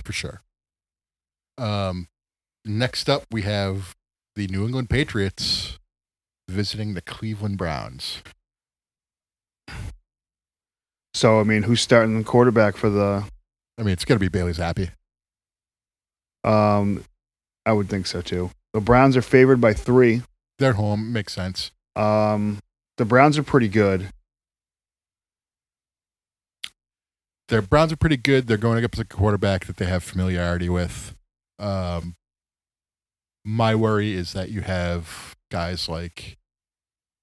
B: For sure. Um, next up, we have the New England Patriots visiting the Cleveland Browns.
A: So I mean, who's starting the quarterback for the?
B: I mean, it's going to be Bailey Zappi.
A: Um, I would think so too. The Browns are favored by three.
B: They're home. Makes sense.
A: Um, the Browns are pretty good.
B: their Browns are pretty good. They're going up as a quarterback that they have familiarity with. Um, my worry is that you have guys like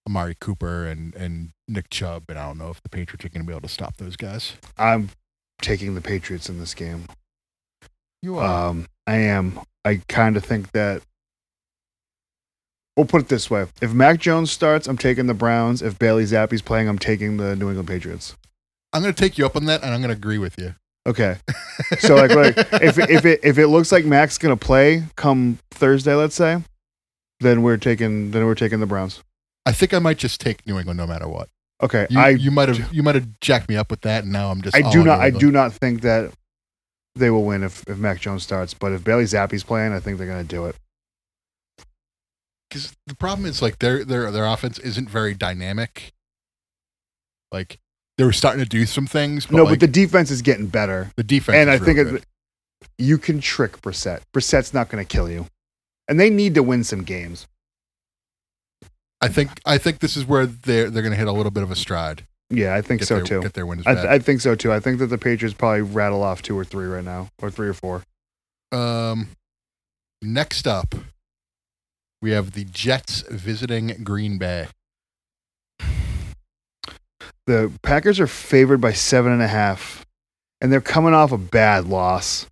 B: Amari Cooper and, and Nick Chubb, and I don't know if the Patriots are going to be able to stop those guys.
A: I'm taking the Patriots in this game.
B: You
A: Um, I am. I kind of think that. We'll put it this way: if Mac Jones starts, I'm taking the Browns. If Bailey Zappi's playing, I'm taking the New England Patriots.
B: I'm going to take you up on that, and I'm going to agree with you.
A: Okay. So, like, like, If if it if it looks like Mac's gonna play come Thursday, let's say, then we're taking then we're taking the Browns.
B: I think I might just take New England no matter what.
A: Okay.
B: You,
A: I
B: you might have you might have jacked me up with that, and now I'm just
A: I
B: all
A: do
B: on
A: not
B: New
A: I
B: England.
A: do not think that they will win if if Mac Jones starts, but if Bailey Zappi's playing, I think they're gonna do it.
B: because the problem is like their their their offense isn't very dynamic. Like they were starting to do some things, but
A: no, but
B: like,
A: the defense is getting better.
B: the defense
A: and I
B: is real
A: think
B: good.
A: it, you can trick Brissett. Brissett's not going to kill you, and they need to win some games.
B: I think I think this is where they're they're going to hit a little bit of a stride.
A: Yeah, I think
B: Get
A: so
B: their,
A: too.
B: Get their wins
A: I,
B: back.
A: th- I think so too. I think that the Patriots probably rattle off two or three right now, or three or four.
B: um, next up, we have the Jets visiting Green Bay.
A: The Packers are favored by seven and a half, and they're coming off a bad loss.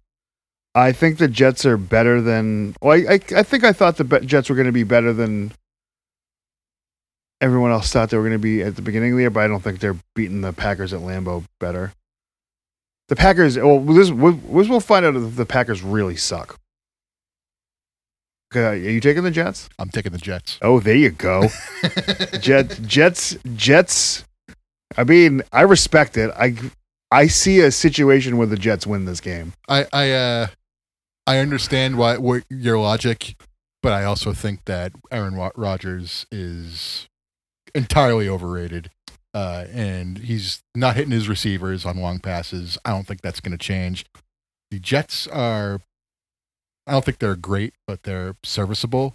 A: I think the Jets are better than. Well, I, I, I think I thought the Be- Jets were going to be better than everyone else thought they were going to be at the beginning of the year, but I don't think they're beating the Packers at Lambeau better. The Packers. Well, this, we'll, this we'll find out if the Packers really suck. Okay, are you taking the Jets?
B: I'm taking the Jets.
A: Oh, there you go. Jets, Jets, Jets. I mean, I respect it. I, I see a situation where the Jets win this game.
B: I I uh, I understand why what your logic, but I also think that Aaron Wa- Rodgers is entirely overrated. Uh, and he's not hitting his receivers on long passes. I don't think that's going to change. The Jets are, I don't think they're great, but they're serviceable.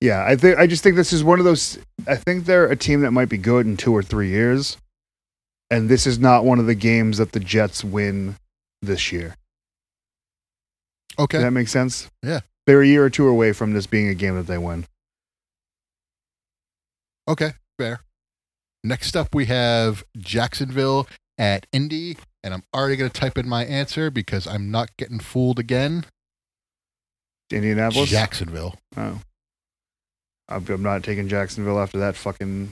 A: Yeah, I think I just think this is one of those. I think they're a team that might be good in two or three years, and this is not one of the games that the Jets win this year.
B: Okay.
A: Does that make sense?
B: Yeah.
A: they're a year or two away from this being a game that they win.
B: Okay, fair. Next up, we have Jacksonville at Indy, and I'm already going to type in my answer because I'm not getting fooled again.
A: Indianapolis.
B: Jacksonville.
A: Oh. I'm I'm not taking Jacksonville after that fucking.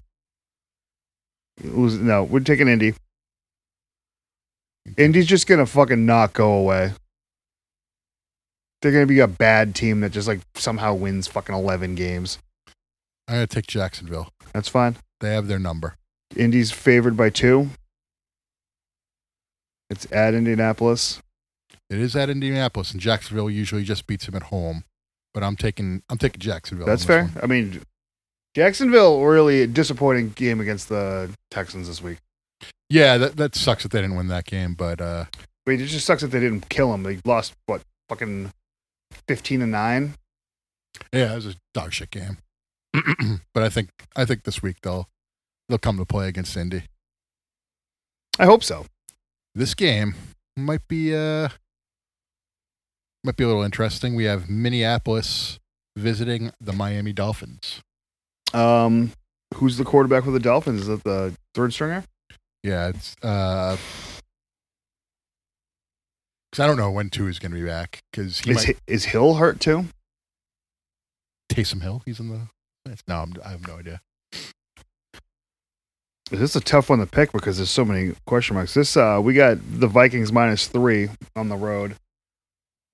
A: Lose, no, we're taking Indy.
B: Mm-hmm.
A: Indy's just gonna fucking not go away. They're gonna be a bad team that just like somehow wins fucking eleven games.
B: I'm going to take Jacksonville.
A: That's fine.
B: They have their number.
A: Indy's favored by two. It's at Indianapolis.
B: It is at Indianapolis, and Jacksonville usually just beats them at home. But I'm taking I'm taking Jacksonville. on
A: That's
B: this
A: fair.
B: one.
A: I mean, Jacksonville really a disappointing game against the Texans this week.
B: Yeah, that, that sucks that they didn't win that game, but uh,
A: But it just sucks that they didn't kill him. They lost what fucking fifteen to nine.
B: yeah, it was a dog shit game. but I think I think this week they'll they'll come to play against Indy.
A: I hope so.
B: This game might be uh might be a little interesting. We have Minneapolis visiting the Miami Dolphins.
A: Um, who's the quarterback for the Dolphins? Is that the third stringer?
B: Yeah, it's uh 'cause I don't know when Tua is going to be back because he
A: Is
B: might
A: Hi- is Hill hurt too?
B: Taysom Hill. He's in the. That's, no, I'm, I have no idea.
A: This is a tough one to pick because there's so many question marks. This uh, we got the Vikings minus three on the road.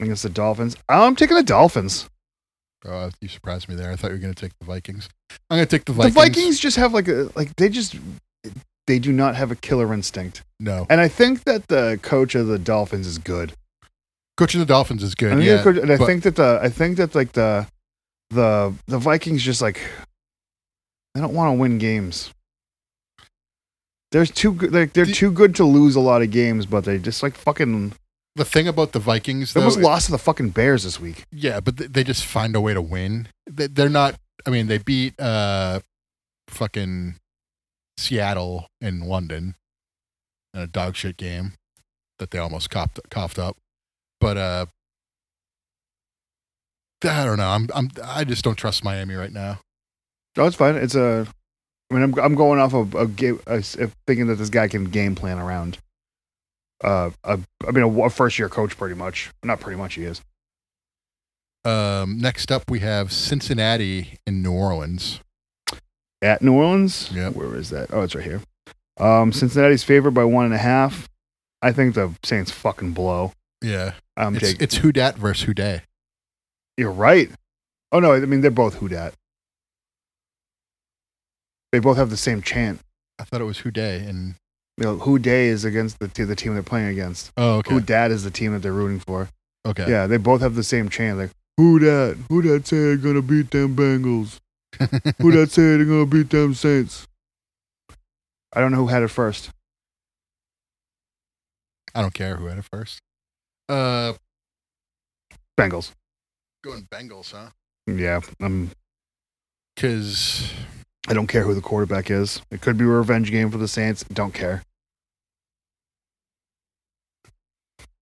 A: against the Dolphins. I'm taking the Dolphins.
B: Oh, you surprised me there. I thought you were going to take the Vikings. I'm going to take the
A: The
B: Vikings.
A: Vikings just have like a like they just they do not have a killer instinct,
B: No.
A: and I think that the coach of the Dolphins is good.
B: Coaching the Dolphins is
A: And,
B: good.
A: I
B: Yeah.
A: think the coach- and I
B: but-
A: think that the I think that like the the the Vikings just like they don't want to win games. They're too good. Like they're
B: Do-
A: too good to lose a lot of games, but they just like fucking.
B: the thing about the Vikings,
A: They
B: though,
A: almost lost to the fucking Bears this week.
B: yeah, but th- they just find a way to win. They- They're not. I mean, they beat uh, fucking Seattle and London in a dog shit game that they almost copped, coughed up. But uh, I don't know. I'm, I'm. I just don't trust Miami right now.
A: No, Oh, it's fine. It's a. I mean, I'm I'm going off of a game, a, s- of thinking that this guy can game plan around. Uh, a, I mean, a, first year coach, pretty much. Not pretty much. He is.
B: Um, next up, we have Cincinnati and New Orleans.
A: at New Orleans.
B: Yep.
A: Where is that? Oh, it's right here. Um, Cincinnati's favored by one and a half. I think the Saints fucking blow.
B: Yeah,
A: Um,
B: it's
A: Jake,
B: it's who dat versus who day.
A: you're right. Oh no, I mean they're both Houdat. They both have the same chant.
B: I thought it was who day and
A: You know, Who Day is against the, t- the team they're playing against.
B: oh okay
A: Who Dad is the team that they're rooting for.
B: okay.
A: Yeah, they both have the same chant. Like Who Dat? Who Dat say they're gonna beat them Bengals? Who Dat say they're gonna beat them Saints? I don't know who had it first.
B: I don't care who had it first. Uh,
A: Bengals.
B: going Bengals, huh?
A: Yeah, I'm
B: Because
A: I don't care who the quarterback is. It could be a revenge game for the Saints. Don't care.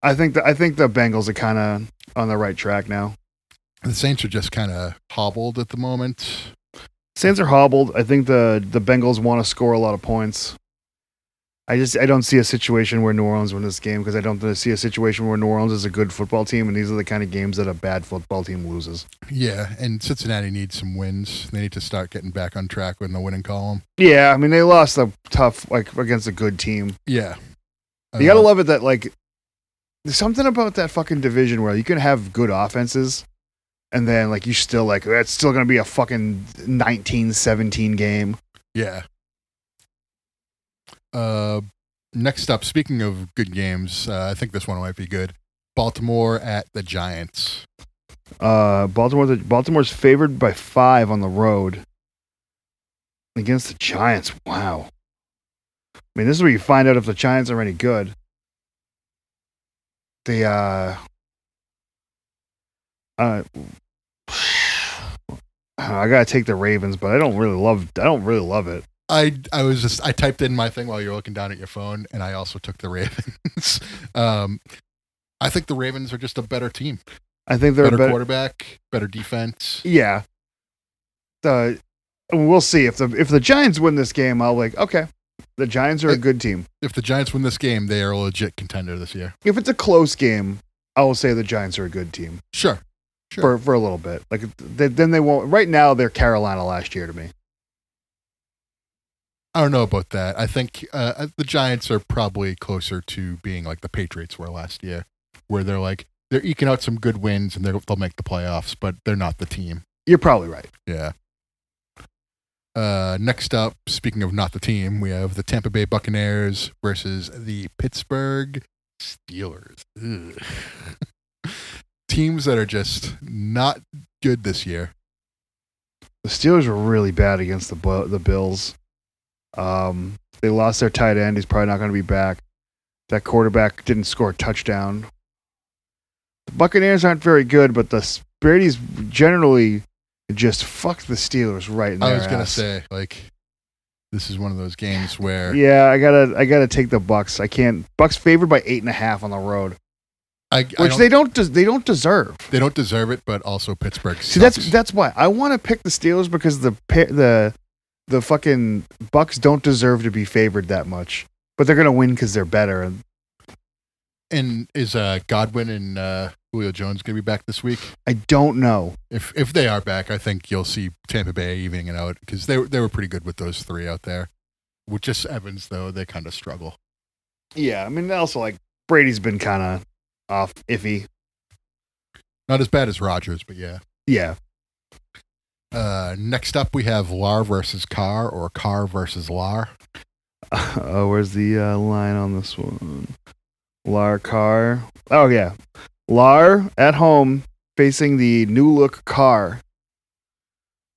A: I think the I think the Bengals are kind of on the right track now.
B: the Saints are just kind of hobbled at the moment.
A: Saints are hobbled. I think the the Bengals want to score a lot of points. I just I don't see a situation where New Orleans win this game because I don't see a situation where New Orleans is a good football team and these are the kind of games that a bad football team loses.
B: Yeah, and Cincinnati needs some wins. They need to start getting back on track in the winning column.
A: Yeah, I mean they lost a tough like against a good team.
B: Yeah, Uh, I
A: You gotta
B: don't know.
A: love it that like there's something about that fucking division where you can have good offenses and then like you still like that's still gonna be a fucking 19-17 game.
B: Yeah. Uh, next up, speaking of good games, uh, I think this one might be good. Baltimore at the Giants.
A: Uh Baltimore Baltimore's favored by five on the road against the Giants. Wow. I mean this is where you find out if the Giants are any good. The uh uh I gotta take the Ravens, but I don't really love I don't really love it.
B: I I was just I typed in my thing while you were looking down at your phone, and I also took the Ravens. um, I think the Ravens are just a better team,
A: I think they're
B: better,
A: a better.
B: quarterback, better defense.
A: Yeah. The we'll see if the if the Giants win this game, I'll like okay. The Giants are a
B: It-
A: good team.
B: If the Giants win this game, they are a legit contender this year.
A: If it's a close game, I will say the Giants are a good team
B: Sure,
A: for for a little bit. Like th then they won't. Right now, they're Carolina last year to me.
B: I don't know about that. I think uh, the Giants are probably closer to being like the Patriots were last year, where they're like they're eking out some good wins and they're, they'll make the playoffs, but they're not the team.
A: You're probably right.
B: Yeah. Uh, next up, speaking of not the team, we have the Tampa Bay Buccaneers versus the Pittsburgh Steelers. Ugh. Teams that are just not good this year.
A: The Steelers were really bad against the Bu- the Bills. Um, they lost their tight end. He's probably not going to be back. That quarterback didn't score a touchdown. The Buccaneers aren't very good, but the S- Brady's generally just fucked the Steelers right in
B: I
A: their
B: was gonna
A: ass.
B: say like this is one of those games where
A: Yeah, I gotta, I gotta take the Bucks. I can't. Bucks favored by eight and a half on the road,
B: I, I
A: which
B: don't-
A: they don't, des- they don't deserve.
B: they don't deserve it, but also Pittsburgh.
A: See, that's
B: sucks.
A: that's why I want to pick the Steelers because the pa- the the fucking Bucks don't deserve to be favored that much, but they're gonna win because they're better. And
B: and is uh, Godwin and uh, Julio Jones gonna be back this week?
A: I don't know.
B: If if they are back, I think you'll see Tampa Bay evening it out because they were- they were pretty good with those three out there. With just Evans though, they kind of struggle.
A: Yeah, I mean, also like Brady's been kind of off iffy.
B: Not as bad as Rogers, but yeah.
A: Yeah.
B: Uh, next up, we have Lar versus Carr or Carr versus Lar.
A: Oh, where's the uh, line on this one? Lar Carr. Oh yeah, Lar at home facing the new look Carr.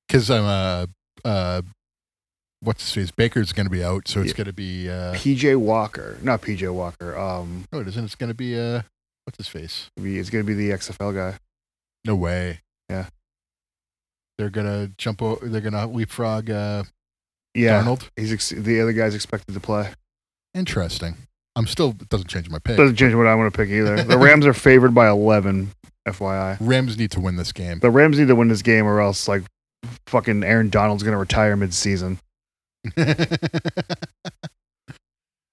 B: Because I'm uh uh, what's his face? Baker's going to be out, so it's
A: Yeah.
B: going to be uh,
A: PJ Walker, not PJ Walker. Um,
B: no, it isn't. It's going to be uh, what's his face?
A: be- it's gonna be the XFL guy.
B: No way.
A: Yeah.
B: They're gonna jump. O- they're gonna leapfrog uh,
A: Yeah,
B: Darnold.
A: he's ex- the other guy's expected to play.
B: Interesting. I'm still. It doesn't change my pick.
A: Doesn't change what I want to pick either. The Rams are favored by eleven. FYI,
B: Rams need to win this game.
A: the Rams need to win this game, or else like fucking Aaron Donald's gonna retire mid-season.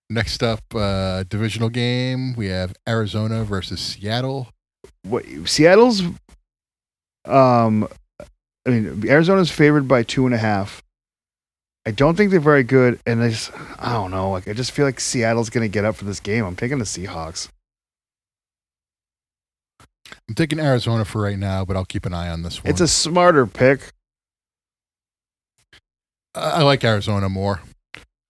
B: Next up, uh, divisional game. We have Arizona versus Seattle.
A: What Seattle's? Um, I mean Arizona's favored by two and a half. I don't think they're very good, and I just I don't know. Like I just feel like Seattle's gonna get up for this game. I'm taking the Seahawks.
B: I'm taking Arizona for right now, but I'll keep an eye on this one.
A: It's a smarter pick.
B: I I like Arizona more.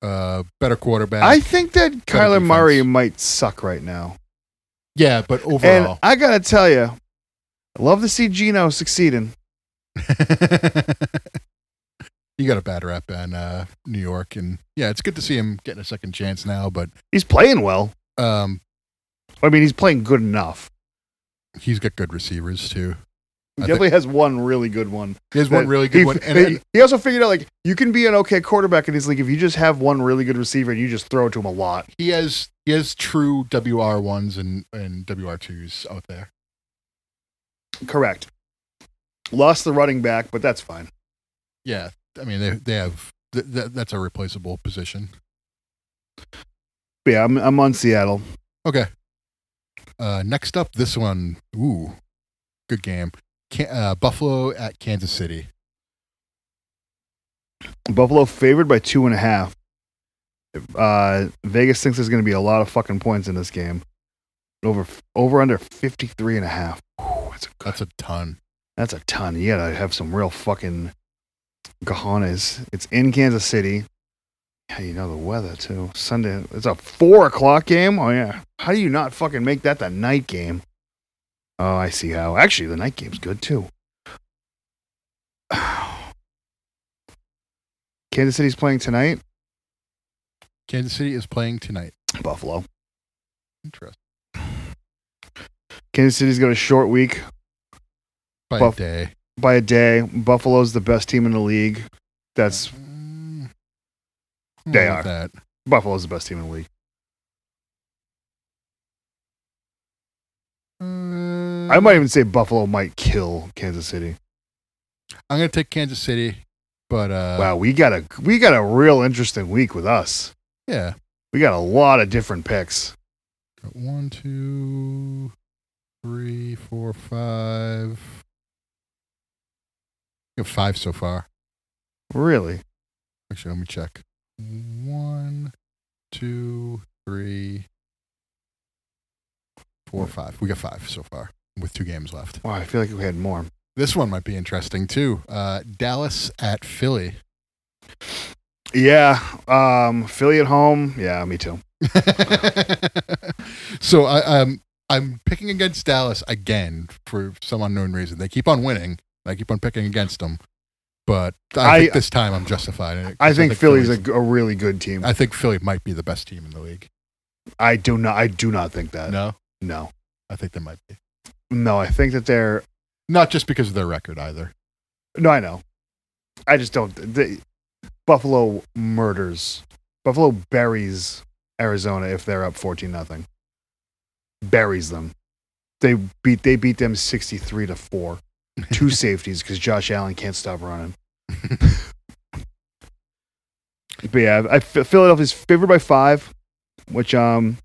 B: Uh, better quarterback.
A: I think that Kyler
B: defense.
A: Murray might suck right now.
B: yeah, but
A: And
B: overall,
A: I gotta tell you, I love to see Gino succeeding.
B: you got a bad rep in uh, New York, and yeah, it's good to see him getting a second chance now. But
A: He's playing well.
B: um,
A: I mean, he's playing good enough.
B: he's got good receivers too.
A: He
B: I
A: definitely has one really good one.
B: He has one
A: That-
B: really
A: Uh, he,
B: good one, and, and
A: he- he also figured out like you can be an okay quarterback in this league if you just have one really good receiver and you just throw it to him a lot.
B: he has he has true WR ones and and WR twos out there.
A: Correct. Lost the running back, but that's fine.
B: Yeah, I mean they they have th- th- that's a replaceable position.
A: But yeah, I'm I'm on Seattle.
B: Okay. Uh, next up, this one. Ooh, good game. Can- uh, Buffalo at Kansas City.
A: Buffalo favored by two and a half. Uh, Vegas thinks there's going to be a lot of fucking points in this game. Over over under 53 and a half. Whew, that's a good
B: That's a ton.
A: That's a ton. You gotta have some real fucking cojones. It's in Kansas City. Yeah, you know the weather too. Sunday. It's a four o'clock game. Oh yeah. How do you not fucking make that the night game? Oh, I see how. Actually, the night game's good too. Kansas City's playing tonight.
B: Kansas City is playing tonight.
A: Buffalo.
B: Interesting.
A: Kansas City's got a short week
B: By
A: Buff-
B: day.
A: by a day. Buffalo's the best team in the league. That's
B: Mm, I don't
A: They
B: know
A: are.
B: about That.
A: Buffalo's the best team in the league.
B: Uh,
A: I might even say Buffalo might kill Kansas City.
B: I'm gonna take Kansas City, but uh,
A: Wow, we got a we got a real interesting week with us.
B: yeah.
A: We got a lot of different picks.
B: Got One, two, three, four, five. We have five so far.
A: Really?
B: Actually, let me check. One, two, three, four, five. We got five so far with two games left.
A: Wow, I feel like we had more.
B: This one might be interesting too. Uh, Dallas at Philly.
A: Yeah. Um Philly at home. Yeah, me too.
B: so I, um, I'm picking against Dallas again for some unknown reason. They keep on winning. I keep on picking against them, but I,
A: I-
B: think this time I'm justified. in it, 'cause
A: I think Philly's a,
B: Philly's-
A: g- a really good team. I,
B: I think Philly might be the best team in the league.
A: do not I do not think that. No.
B: No,
A: no.
B: I think they might be.
A: I think that they're
B: Not just because of their record either.
A: No, I know. I just don't the, Buffalo murders. Buffalo buries Arizona if they're up 14 nothing. Buries them. They beat they beat them 63 to 4. Two safeties cuz Josh Allen can't stop running. but yeah, I, Philadelphia's favored by 5, which um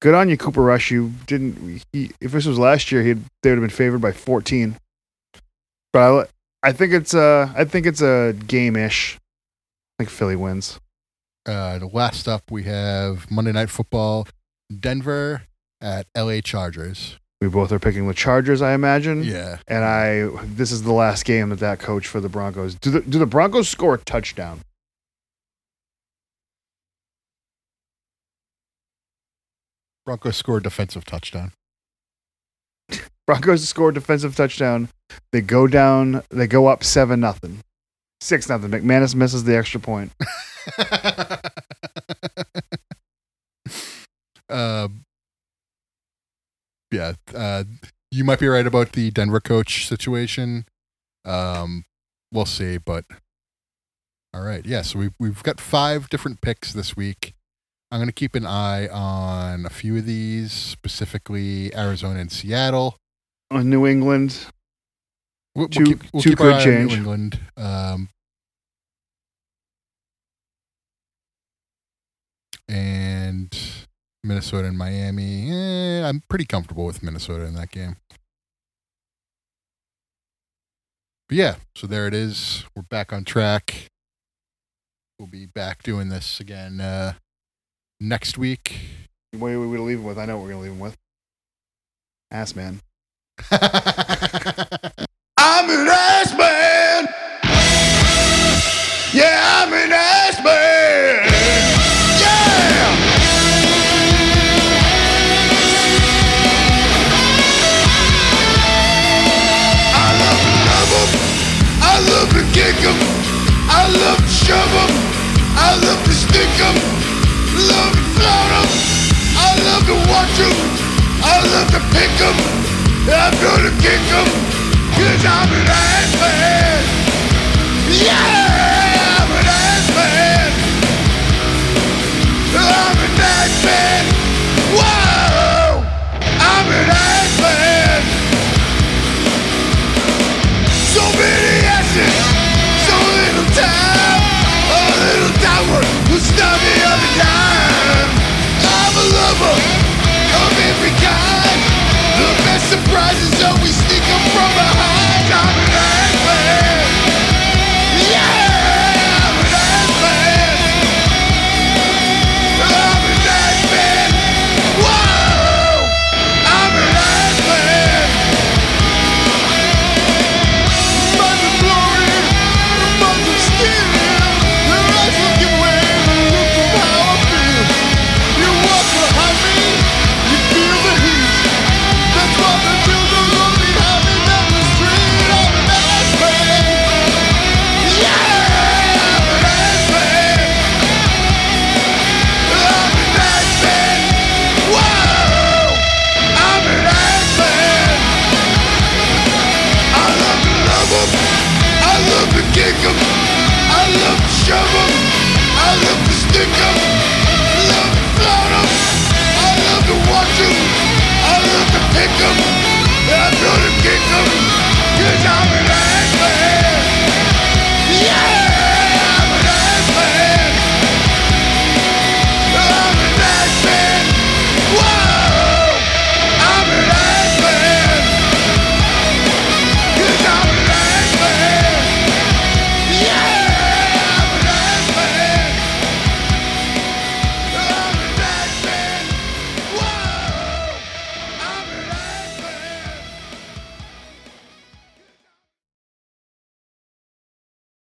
A: good on you Cooper Rush. You didn't he, if this was last year, he'd they would have been favored by 14. But I, li- I think it's uh I think it's a game ish. I think Philly wins.
B: Uh, last up, we have Monday Night Football, Denver at LA Chargers.
A: We both are picking the Chargers, I imagine.
B: Yeah.
A: And I, this is the last game that that coach for the Broncos. Do the do the Broncos score a touchdown?
B: Broncos score a defensive touchdown.
A: Broncos score a defensive touchdown. They go down. They go up seven nothing, six nothing. McManus misses the extra point.
B: um, yeah, uh, you might be right about the Denver coach situation. Um, we'll see, but all right, yeah. So we've we've got five different picks this week. I'm gonna keep an eye on a few of these, specifically Arizona and Seattle.
A: On New England,
B: We'll, we'll
A: Two-
B: keep, we'll
A: two
B: keep our
A: could
B: eye on
A: change.
B: New England. Um, and Minnesota and Miami. Eh, I'm pretty comfortable with Minnesota in that game. But yeah, so there it is. We're back on track. We'll be back doing this again uh, next week.
A: what are we gonna leave him with? I know what we're gonna leave him with. Ass man.
B: I'm an ass man. Yeah, I'm an ass man. Yeah.
C: I love to love 'em. I love to kick 'em. I love to shove 'em. I love to stick 'em. Love to flout 'em. I love to watch 'em. I love to pick 'em. I'm gonna kick 'em. Cause I'm an ass man. Yeah, I'm an ass man. I'm an ass man. Whoa, I'm an ass man. So many asses, so little time. A little downward will stop me on the dime. I'm a lover of every kind. The best surprises always sneak up from behind. I'm an ass man. Yeah, I'm an ass man. I'm an ass man. Whoa, I'm an ass man. I'm an ass man. I love to love 'em. I love to kick 'em. I love to shove 'em. I love to stick 'em.